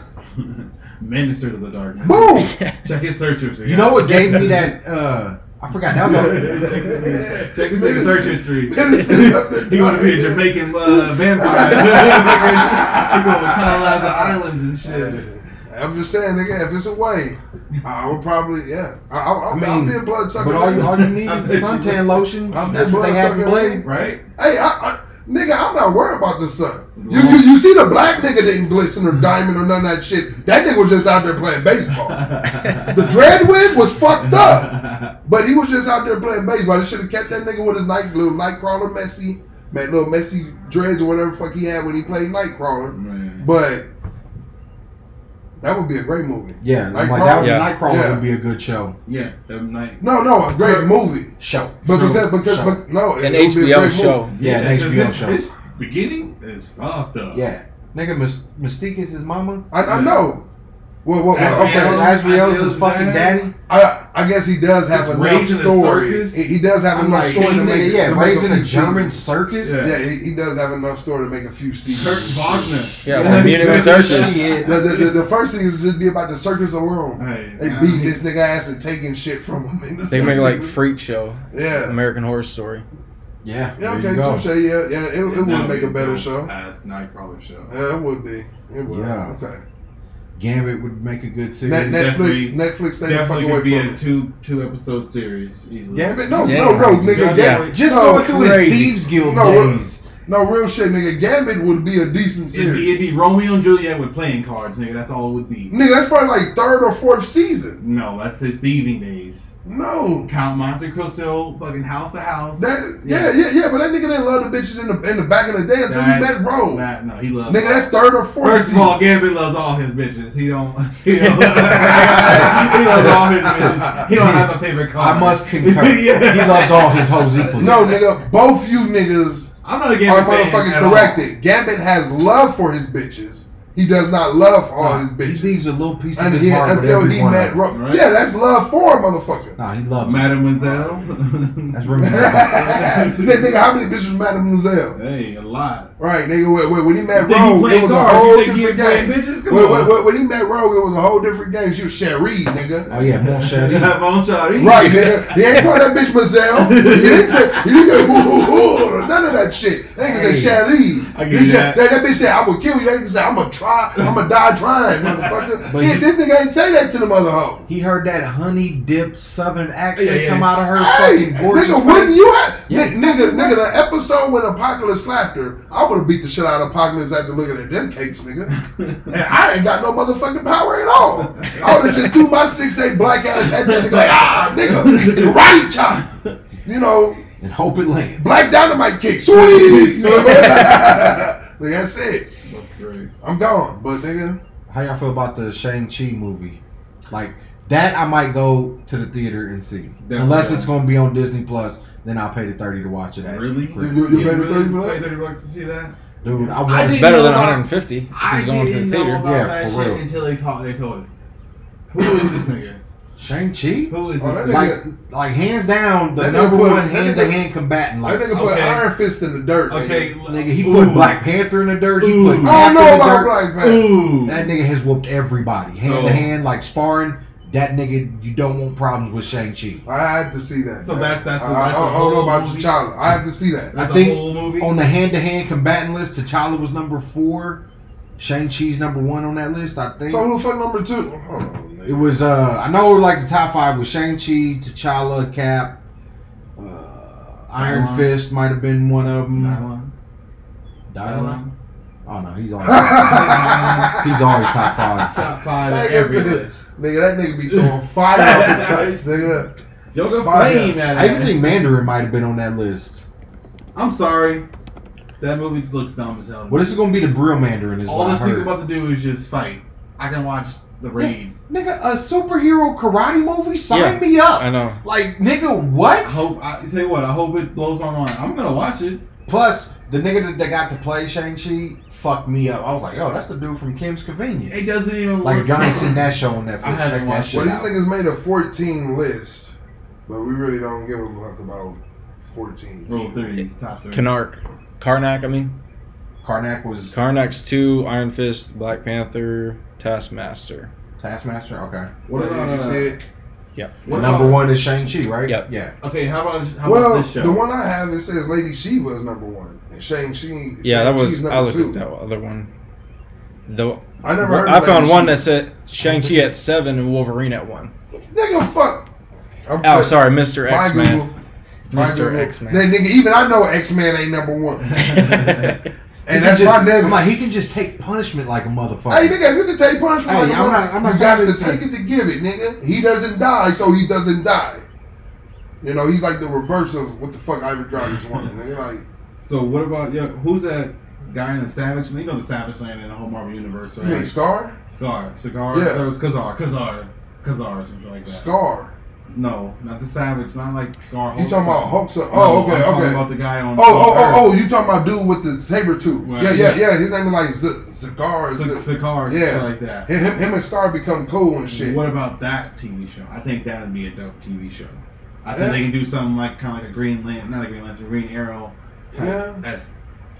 Minister to the Darkness.
Boom.
Check his search history.
You know what gave me that? Uh, I forgot that was all.
check this, check this nigga's search history.
He
he want to be a Jamaican uh, vampire. he gonna colonize the islands and shit.
I'm just saying, nigga, if it's a way, I would probably, yeah. I, I, I,
I
mean,
mean,
I'll be a blood sucker.
But all you, all you need
I'm
is
bitching.
suntan lotion.
I'm
That's
bitching
what they have in
suntan
Blade.
Right?
hey, I, I, nigga, I'm not worried about the sun. You, you, you see, the black nigga didn't glisten or diamond or none of that shit. That nigga was just out there playing baseball. The dreadwig was fucked up, but he was just out there playing baseball. They should have kept that nigga with his night little nightcrawler messy, man, little messy dreads or whatever the fuck he had when he played nightcrawler.
Man.
But that would be a great movie.
Yeah, like
Nightcrawler?
that would,
Yeah.
Nightcrawler
Yeah.
would be a good show.
Yeah, that night.
No, no, a great movie.
Show.
But
Show.
because because
Show.
but no, it would
An
be a
HBO
great
show.
movie.
Yeah, an
'cause
HBO
his,
show.
his beginning is fucked up.
Yeah. Nigga, Mys- Mystique is his mama.
I, I know. Well, well, well,
That's
Oh, okay.
real.
Asriel's his
Asriel's
fucking
dad.
daddy.
I I guess he does have
Just
enough
raising a
story.
circus?
He, he does have
I'm
enough
like,
story to
nigga,
make
yeah,
to make
raising a
few
German
seasons.
circus.
Yeah.
Yeah, he, he does have enough story to make a few seasons.
Kurt Wagner.
Yeah,
Yeah.
we're meeting with circus.
Shit.
The, the, the, the first thing is just be about the circus alone.
Hey,
They
nah.
beating this nigga ass and taking shit from him. In the
They make like
circus.
freak show,
yeah,
American Horror Story.
Yeah.
yeah,
there
okay,
you go.
touche. Yeah, yeah, it, it
That
would make a better show.
Ass Nightcrawler show.
Yeah, it would be. It would.
Yeah.
Okay.
Gambit would make a good series.
Net,
definitely-
Netflix, Netflix, they ain't
Definitely
fucking
would
away
be
from
a
it.
two two episode series easily.
Damn it, no,
Yeah.
no, no, nigga,
Yeah.
Gambit.
Just
no,
going through his
crazy.
Thieves Guild
No, we're-
days.
no real shit, nigga. Gambit would be a decent
It'd be,
series,
it'd be Romeo and Juliet with playing cards, nigga. That's all it would be.
nigga. That's probably like third or fourth season.
No, that's his thieving days.
No,
Count Monte Cristo, fucking house to house.
that yeah, yeah, yeah. But that nigga didn't love the bitches in the in the back of the day until
That-
he met Ro.
Nah, no, he loves.
Nigga, that's third or fourth.
First of
season.
all, Gambit loves all his bitches. He don't. He, don't, he loves all his bitches. He don't have a favorite card.
I must concur.
Yeah.
He loves all his hoes equally.
no, nigga, both you niggas
I'm not a
are
Gambit fan.
motherfucking
at all.
corrected. Gambit has love for his bitches. He does not love all his
He
bitches
leaves a little piece of
And
his
he-
heart with
until
every
he
one
met
of them.
Ro.
right?
Yeah, that's love for a motherfucker.
Nah, he loves it.
Mademoiselle.
That's room.
That nigga, how many bitches Mademoiselle?
Hey, a lot.
Right, nigga. When, when- when he
You
met
think he
Rogue, it
playing
was a
cards?
whole
You think he
different
playing
game.
bitches? Come
When, when,
on.
when- when he met Rogue, it was a whole different game. She was Cherie, nigga.
Oh yeah, Mon Cheri.
Yeah, Mon Chari.
Right, nigga. He ain't call that bitch Mazel. He didn't say, he didn't say, "Ooh, ooh, ooh," none of that shit. That nigga
Hey.
said, Cherie.
I get
He just-
that.
That, that bitch said, I will kill you. That nigga said, I'm going to try, I'm going to die trying, motherfucker.
But
He-
he-
this nigga ain't say that to the mother hoe.
He heard that honey dip southern accent
Yeah, yeah.
come out of her
Hey,
fucking gorgeous
nigga,
face.
wouldn't you have?
Yeah.
Ni- Nigga, nigga, the episode when Apocalypse slapped her, I would have beat the shit out of Apocalypse after looking at them cakes, nigga. and I ain't got no motherfucking power at all. I would have just threw my 6'8 black ass at that nigga, like, ah, nigga, karate chop. You know,
And hope it lands.
black dynamite kick, sweet. like, that's it.
That's great.
I'm gone. But, nigga,
How y'all feel about the Shang Chi movie? Like that, I might go to the theater and see. Unless it's gonna be on Disney Plus, then I'll pay the thirty to watch it. At
Really?
you, you, you
Yeah.
paid the 30 for
Pay
that?
30 bucks to see that?
dude, I
I
was.
didn't-
Better
know
than
about-
150 if
I
it's going to
didn't
the
know
theater.
about
Yeah,
that
for
shit
real.
until they, taught, they told it. Who is this nigga?
Shang Chi.
Who is
Oh,
this
that
nigga?
Like, like hands down, the
That nigga
number
put-
one
that nigga-
hand to hand combatant.
That
Like,
nigga put
Okay.
Iron Fist in the dirt. nigga. Oh,
Okay,
nigga, he put
ooh.
Black Panther in the dirt. He
Ooh.
put
I don't
I
Cap
don't
in
know
the
about
dirt.
Black Panther.
Ooh.
That nigga has whooped everybody hand
So-
to hand, like sparring. That nigga, you don't want problems with Shang Chi.
I have to see that.
So that's- that's a-
I, I-
that's a
I don't know
whole
about
movie?
T'Challa. I have to see that.
That's
I think
a whole movie.
On the hand to hand combatant list, T'Challa was number four. Shang Chi's number one on that list, I think.
So who the fuck number two? Oh,
it
nigga.
was uh, I know like the top five was Shang Chi, T'Challa, Cap, uh, Iron
Nylon.
Fist might have been one of them.
Nylon. Nylon.
Oh no, he's always he's always top five.
Top five
Nigga,
at every
that-
list.
nigga, that nigga be throwing fire out the cuts, nigga.
Yoga
Fire.
Flame at
I even
ass.
think Mandarin might have been on that list.
I'm sorry. That movie looks dumb as hell.
Well, this is gonna be the real Mandarin. Is
All
what
this
I heard.
nigga about to do is just fight. I can watch The Raid.
Nigga, a superhero karate movie? Sign
Yeah.
me up.
I know.
Like, nigga, what?
I hope. I tell you what. I hope it blows my mind. I'm gonna watch it.
Plus, the nigga that they got to play Shang-Chi fucked me up. I was like, oh, that's the dude from Kim's
It
Convenience.
doesn't even
Like, if
look.
y'all ain't seen that show on Netflix,
I haven't
check that
watched
shit
Well, these
out.
niggas made a 14 list, but we really don't give a fuck about 14.
Rule threes, top three.
Karnak. Karnak, I mean.
Karnak was
Karnak's 2, Iron Fist, Black Panther, Taskmaster.
Taskmaster? Okay.
What
What
you
about, uh,
see it?
Yep.
The
What
number
about-
one is Shang Chi, right?
Yep.
Yeah.
Okay, how about how
Well,
about this show?
the one I have that says Lady Shiva is number one, and Shang Chi.
Yeah, that was. I
number
looked
two.
at that other one. The
I never heard.
I
of
found
Lady
one
Shiva.
that said Shang Chi at seven and Wolverine at one.
nigga fuck. I'm
Oh,
put-
sorry, Mister
my
X Man.
Google, my
Mr.
Google.
X-Man.
That nigga, even I know X Man ain't number one,
He
and
can
that's
just,
my nigga.
I'm like, he can just take punishment like a motherfucker.
Hey, nigga, you can take punishment.
Hey,
like
I'm
a
not- I'm not
you got
saying
to
it's-
take it to give it, nigga. He doesn't die, so he doesn't die. You know, he's like the reverse of what the fuck Ivory Dragon's wanted, nigga. Like,
so what about yeah? Who's that guy in the Savage? You know the Savage Land in the whole Marvel universe,
you mean
right?
Scar?
Scar, cigar.
Yeah.
There was Kazar, Kazar, Kazar, or something like that.
Scar.
No, not the Savage. Not like Scar.
You talking about Hulk? So,
No,
oh,
I'm
okay,
talking
okay.
About the guy on.
Oh, oh, oh, oh! You talking about dude with the saber tooth?
Right.
Yeah, yeah, yeah. His name is like Z- Cigar. Z-
Cigar,
oh, Yeah.
yeah, like that.
him, him- him and Scar become cool and shit.
What about that TV show? I think that would be a dope TV show. I think
Yeah.
they can do something like kind of like a Green Lantern, not a Green Lantern, Green Arrow type
Yeah.
esque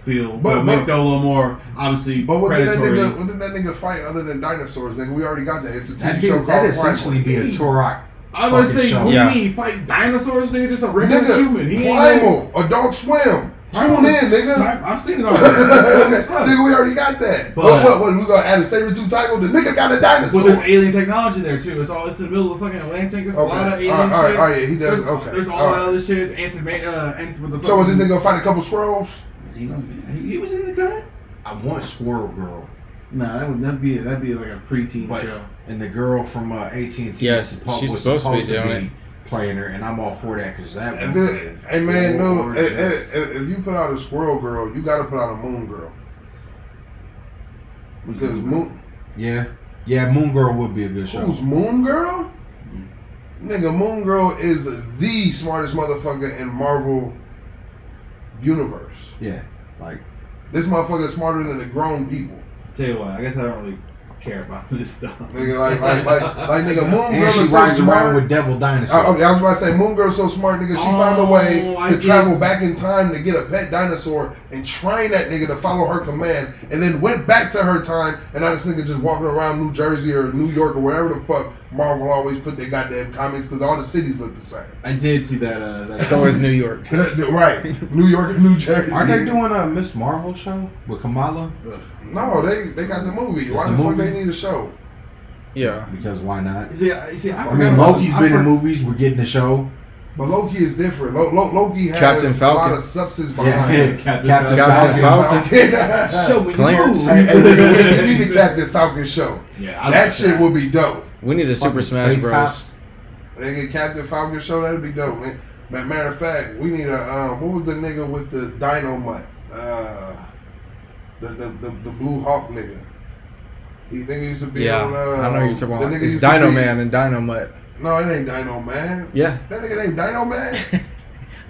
feel,
But-
but, make
but-
that a little more obviously
But what did that
predatory.
nigga? What did that nigga fight other than dinosaurs, nigga? We already got that. It's a TV
That'd, be,
show
that'd
called
essentially
Primal.
be a Turok.
I was
fucking
saying,
show.
who
Yeah.
do you mean? Fight dinosaurs, nigga? Just a regular
Nigga,
human. He ain't no,
Primal, Adult Swim.
Primal
Tune
is-
in, nigga.
I, have seen it already. It's fun as fuck.
nigga, we already got that.
But-
what, what, what, we gonna add a saber tooth title? The nigga got a
Well,
dinosaur.
there's alien technology there too. It's all it's in the middle of the fucking Atlantic. There's a lot of
okay.
alien
All right, all right,
shit.
all right, yeah, he does.
There's,
okay.
there's all,
all
that
right.
other shit. Anthony, uh, Anthony with the
So, what, this
fucking-
nigga gonna find a couple squirrels?
He, gonna- he- he was in the gun.
I want Squirrel Girl
Nah, that would that'd be that'd be like a preteen
But-
show.
and the girl from uh, AT&T.
Yeah,
was suppo-
she's
was
supposed to be doing
playing her, and I'm all for that because that.
If
woman
it,
is
hey man, no. If,
gorgeous.
if, if you put out a squirrel girl, you gotta put out a moon girl because moon.
yeah, yeah, Moon Girl would be a good show.
Who's moon girl?
Mm-hmm.
Nigga, moon girl is the smartest motherfucker in Marvel universe.
Yeah, like
This motherfucker is smarter than the grown people.
Tell you what, I guess I don't really care about this stuff.
Nigga, like, like, like, like, nigga, Moon
and
Girl
she
is so
rides around
smart.
with Devil Dinosaur.
I, okay, I was about to say, Moon Girl's so smart, nigga. She found a way
Oh, I
to
get-
travel back in time to get a pet dinosaur and train that nigga to follow her command, and then went back to her time. And now this nigga just walking around New Jersey or New York or wherever the fuck Marvel always put their goddamn comics because all the cities look the same.
I did see that. Uh, that
It's always New York.
right, New York and New Jersey.
Aren't they doing a Miss Marvel show with Kamala?
No, they they got the movie. Why
It's
the,
the
fuck
movie?
they need a show?
Yeah.
Because why not?
You see, I, you see, I,
I
forgot
mean,
about-
Loki's
I
been in
for-
movies. We're getting a show.
But Loki is different. Lo, Lo, Loki has a
Captain
lot
Falcon.
of substance behind
Yeah,
it.
Captain
Captain,
Falcon.
Falcon.
Captain Falcon.
Show me
Clarence.
the moves.
Hey, nigga, we- we need the Captain Falcon show.
yeah, I
That
like
shit would be dope.
We need a
Fucking
Super Smash
Space
Bros.
Cops.
Nigga, Captain Falcon show, that'd be dope, man. Ma- Matter of fact, we need a um, what was the nigga with the dino mutt? Uh, the, the the the blue hawk nigga. He nigga used to be
Yeah,
on. Uh,
I know who you're talking
the
about.
nigga
It's
used to
Dino
be-
Man and Dino Mutt.
No, it ain't Dino Man.
Yeah,
That nigga named Dino Man.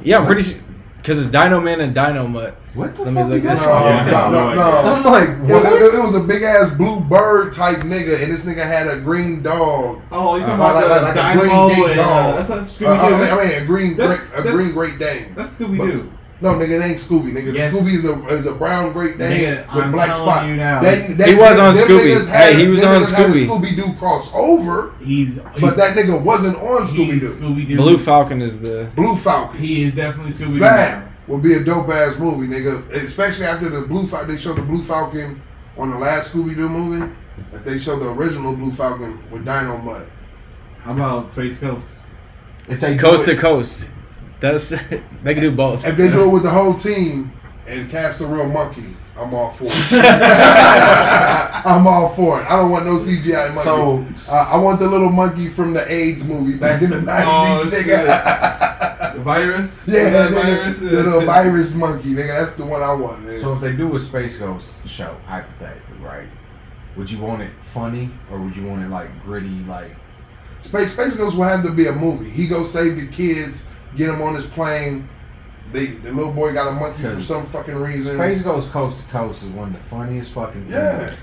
yeah, I'm pretty sure because it's Dino Man and Dino Mutt.
What the
Let me
fuck?
look
is
at
that?
it.
No,
Yeah.
no, no, no.
I'm like,
It,
what?
it- it was a big ass blue bird type nigga, and this nigga had a green dog.
Oh, you're
Uh,
talking about
like-
the
like a
Dynamo
green dick
and,
dog.
uh, that's that's
Uh, I, mean, I
Scooby Doo.
mean, a green,
That's-
great, a
that's-
green Great Dane.
That's Scooby Doo.
No, nigga, it ain't Scooby, nigga.
Yes.
Scooby is a is a brown Great Dane
Nigga,
with
I'm
black
telling
spots.
you now.
He was on Scooby. Hey, he was on Scooby.
Scooby Doo crossover,
He's
but that nigga wasn't on Scooby
he's
Doo.
Scooby Doo.
Blue Falcon is the
Blue Falcon.
He is definitely Scooby Doo.
That would be a dope ass movie, nigga. Especially after the Blue Falcon, they showed the Blue Falcon on the last Scooby Doo movie. If they show the original Blue Falcon with Dino Mud,
How about Space Ghost?
If they do
coast
it-
to coast. That's they can do both.
if they do it with the whole team and cast a real monkey, I'm all for it. I'm all for it. I don't want no CGI monkey.
so
Uh, I want the little monkey from the AIDS movie back in the 90s,
Oh, shit.
nigga.
The virus?
yeah,
The
nigga,
virus. uh, is-
little virus monkey, nigga. That's the one I want, man.
so if they do a Space Ghost show, hypothetically, right? Would you want it funny or would you want it like gritty? Like
Space Space Ghost will have to be a movie. He go save the kids, get them on his plane. They, the little boy got a monkey for
Cause
some fucking reason.
Space Ghost Coast to Coast is one of the funniest fucking things.
Yeah.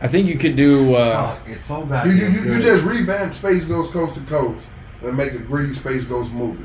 I think you could do. Uh,
Fuck, it's so
you,
goddamn
you, you, you
good.
just revamp Space Ghost coast to coast and make a gritty Space Ghost movie.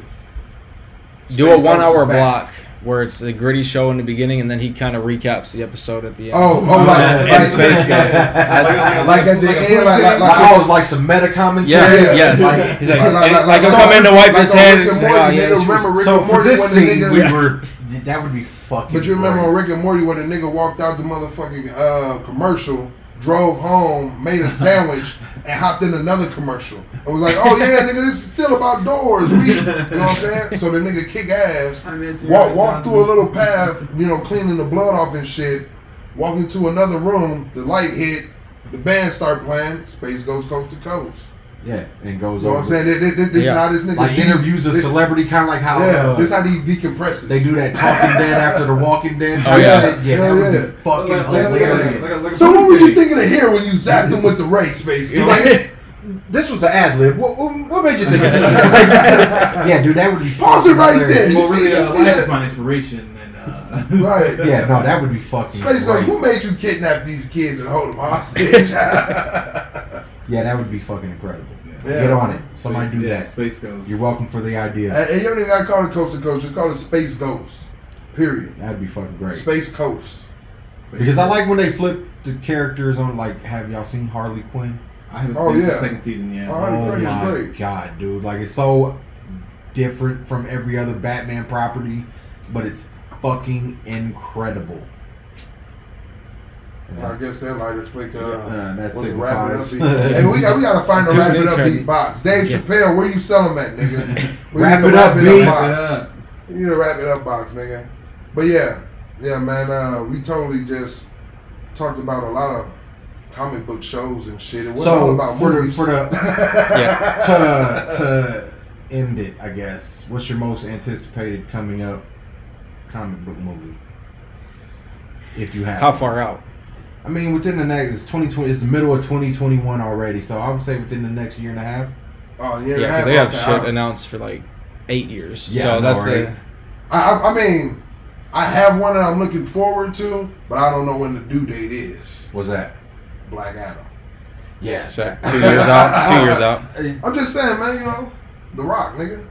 do a
Space
one hour
Ghost is back.
block where it's a gritty show in the beginning and then he kind of recaps the episode at the end.
Oh, oh, like,
Yeah,
like,
and Space Ghost.
Like, like at the end, like, like,
Like,
like,
I was like some meta commentary.
Yeah,
Yeah.
yes.
Like-
He's like,
like- like-
and-
like
like, he'll
on-
come in to wipe
like
his
on
head
Rick
and
and
say,
Morty,
oh,
they
yeah,
don't
she was-
remember Rick
so
and
for
Morty
this
when the
scene,
nigga-
we
Yeah.
were that would be fucking.
But you remember on
great.
Rick and Morty when the nigga walked out the motherfucking uh, commercial, drove home, made a sandwich, and hopped in another commercial. I was like, oh yeah, nigga, this is still about doors. We, you know what I'm saying? So the nigga kick ass, walk, walk through a little path, you know, cleaning the blood off and shit. Walk into another room, the light hit, the band start playing, Space goes coast to coast.
Yeah, and goes
You know what I'm
over.
saying? This, this, this is
Yeah.
how this nigga
Like
de-
interviews a
this-
celebrity, kind of like how
Yeah,
uh,
this how he decompresses.
they do that Talking Dead after the Walking Dead.
Oh, yeah.
shit. yeah, that
Yeah,
would
yeah.
be fucking
Look at- look at-
hilarious.
look So what were you thinking of here when you zapped him with the race, space?
You're like, this was an ad lib. What, what, what made you think of this? yeah, dude, that would be
Pause it right there.
Well, really,
You
uh,
see
life
that?
is my inspiration, and uh,
Right.
Yeah, no, that would be fucking.
Space goes,
great.
what made you kidnap these kids and hold them hostage? yeah.
Yeah, that would be fucking incredible.
Yeah.
Get on it. Somebody
Space-
do
yeah,
that.
Space goes.
You're welcome for the idea.
And, and you don't even gotta call it coast to coast, just call it space ghost. Period.
That'd be fucking great.
Space coast.
Because I like when they flip the characters on. Like, have y'all seen Harley Quinn?
I haven't
Oh,
finished
yeah.
the second season yet.
All right. Harley
oh
Quinn is
my
great.
god, dude! Like, it's so different from every other Batman property, but it's fucking incredible.
And I guess that lighter flick uh
Uh, that's
was
it.
it wrap it up beat. Hey, we got we gotta find a
Tune
wrap
in,
it up
Charlie.
beat box. Dave
Yeah.
Chappelle, where you selling that nigga? We
Wrap
need a
it up, beat.
Wrap it
box.
up.
You need to wrap it up, box nigga. But yeah, yeah, man. Uh, we totally just talked about a lot of comic book shows and shit. It wasn't
So,
all about
for the-
movies.
for the-
yeah,
to to end it, I guess. What's your most anticipated coming up comic book movie? If you have,
How far out?
I mean, within the next, it's twenty twenty. It's the middle of twenty twenty one already. So I would say within the next year and a half.
oh yeah,
Yeah,
and a half,
because they have
okay,
shit
I,
announced for like eight years.
Yeah, I
so
know,
that's
right?
the.
I, I- I mean, I have one that I'm looking forward to, but I don't know when the due date is.
Was that?
Black Adam.
Yeah.
So two years out. Two years out.
I'm just saying, man. You know, The Rock, nigga.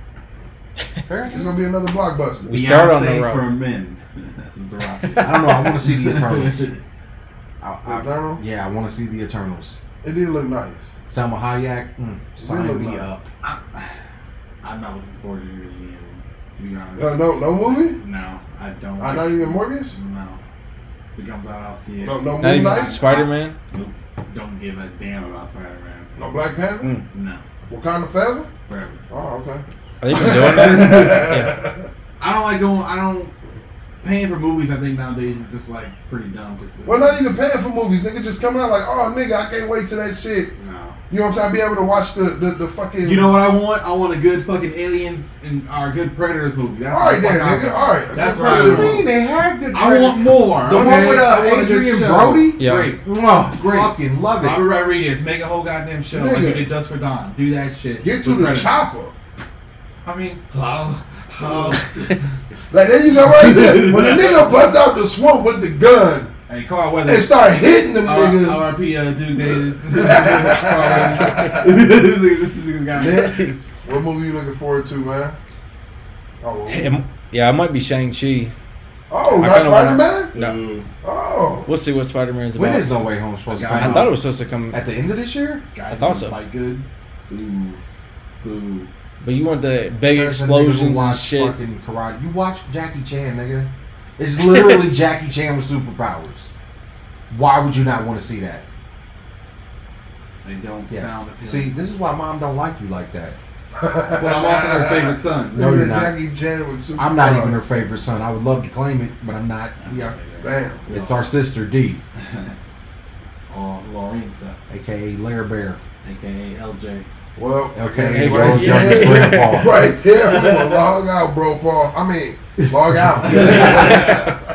It's gonna be another blockbuster.
We start on the
Beyonce
road.
for men. That's a rock.
I don't know. I want to see the Eternals. I, I,
Eternal.
yeah, I want to see the Eternals.
It did look nice.
Selma Hayek, mm,
look
sign me
like-
up.
I'm not looking forward to really any of them, to be honest.
Uh, No, no, no movie.
No, I don't.
Uh, not even Morbius.
No. If it comes out, I'll see it.
No, no
Not
Moon
even
Knight.
Spider Man.
Nope. Don't give a damn about Spider Man.
No Black Panther.
No.
Wakanda Forever.
Forever.
Oh, okay.
Are they even doing that?
I don't like going. I don't. Paying for movies, I think nowadays is just like pretty dumb. Cause
Well, not even paying for movies, nigga. Just coming out like, oh, nigga, I can't wait to that shit.
No.
You know what I'm saying? I'll be able to watch the the, the fucking.
You know what I want? I want a good fucking aliens and our good predators movie. That's
All right,
what
then,
the fuck I
nigga.
want.
All right.
That's
What
what
you
I want.
They have good.
I want more.
The one
okay?
with, uh,
I want a good
Adrian
show.
Brody?
Yeah.
Great.
Oh,
Great.
fucking love
Robert
it.
Rodriguez, make a whole goddamn show like
Nigga.
you did Dust for Dawn. Do that shit.
Get to
With
the
Predators.
chopper.
I mean, oh, how? How?
Like there you go right there. When the nigga busts out the swamp with the gun
hey, Carl
and
Weathers.
start hitting them
R-
niggas.
RIP uh, Duke Davis. Carl Weathers. This nigga- this nigga's got it.
Man, what movie you looking forward to, man? Oh, well.
Yeah. yeah, it might be Shang Chi.
oh,
I
not
kinda
Spider
wanna-
Man.
No,
Ooh,
Oh,
we'll see what Spider Man's
When is
about.
No Way Home supposed to
I
come
I
out?
thought it was supposed to come,
at the end of this year.
guy
I thought
who
so.
Fight good. Ooh. Ooh.
but you want the big
There's a nigga who
explosions and
watched
shit.
Fucking karate. You watch Jackie Chan, nigga. It's literally Jackie Chan with superpowers. Why would you not want to see that?
They don't
Yeah.
sound appealing.
See, this is why mom don't like you like that.
but I'm also her favorite son.
No, you're
Nigga,
not.
Jackie Chan with super.
I'm not even her favorite son. I would love to claim it, but I'm not. We are.
Damn.
It's our sister D,
Oh, Lorenza,
aka Lair Bear.
aka LJ.
Well,
Okay,
yeah,
Hey,
Joe
right,
right, yeah.
Jonas' grandpa.
right there. I'm gonna log out, bro, Paul. I mean, log out.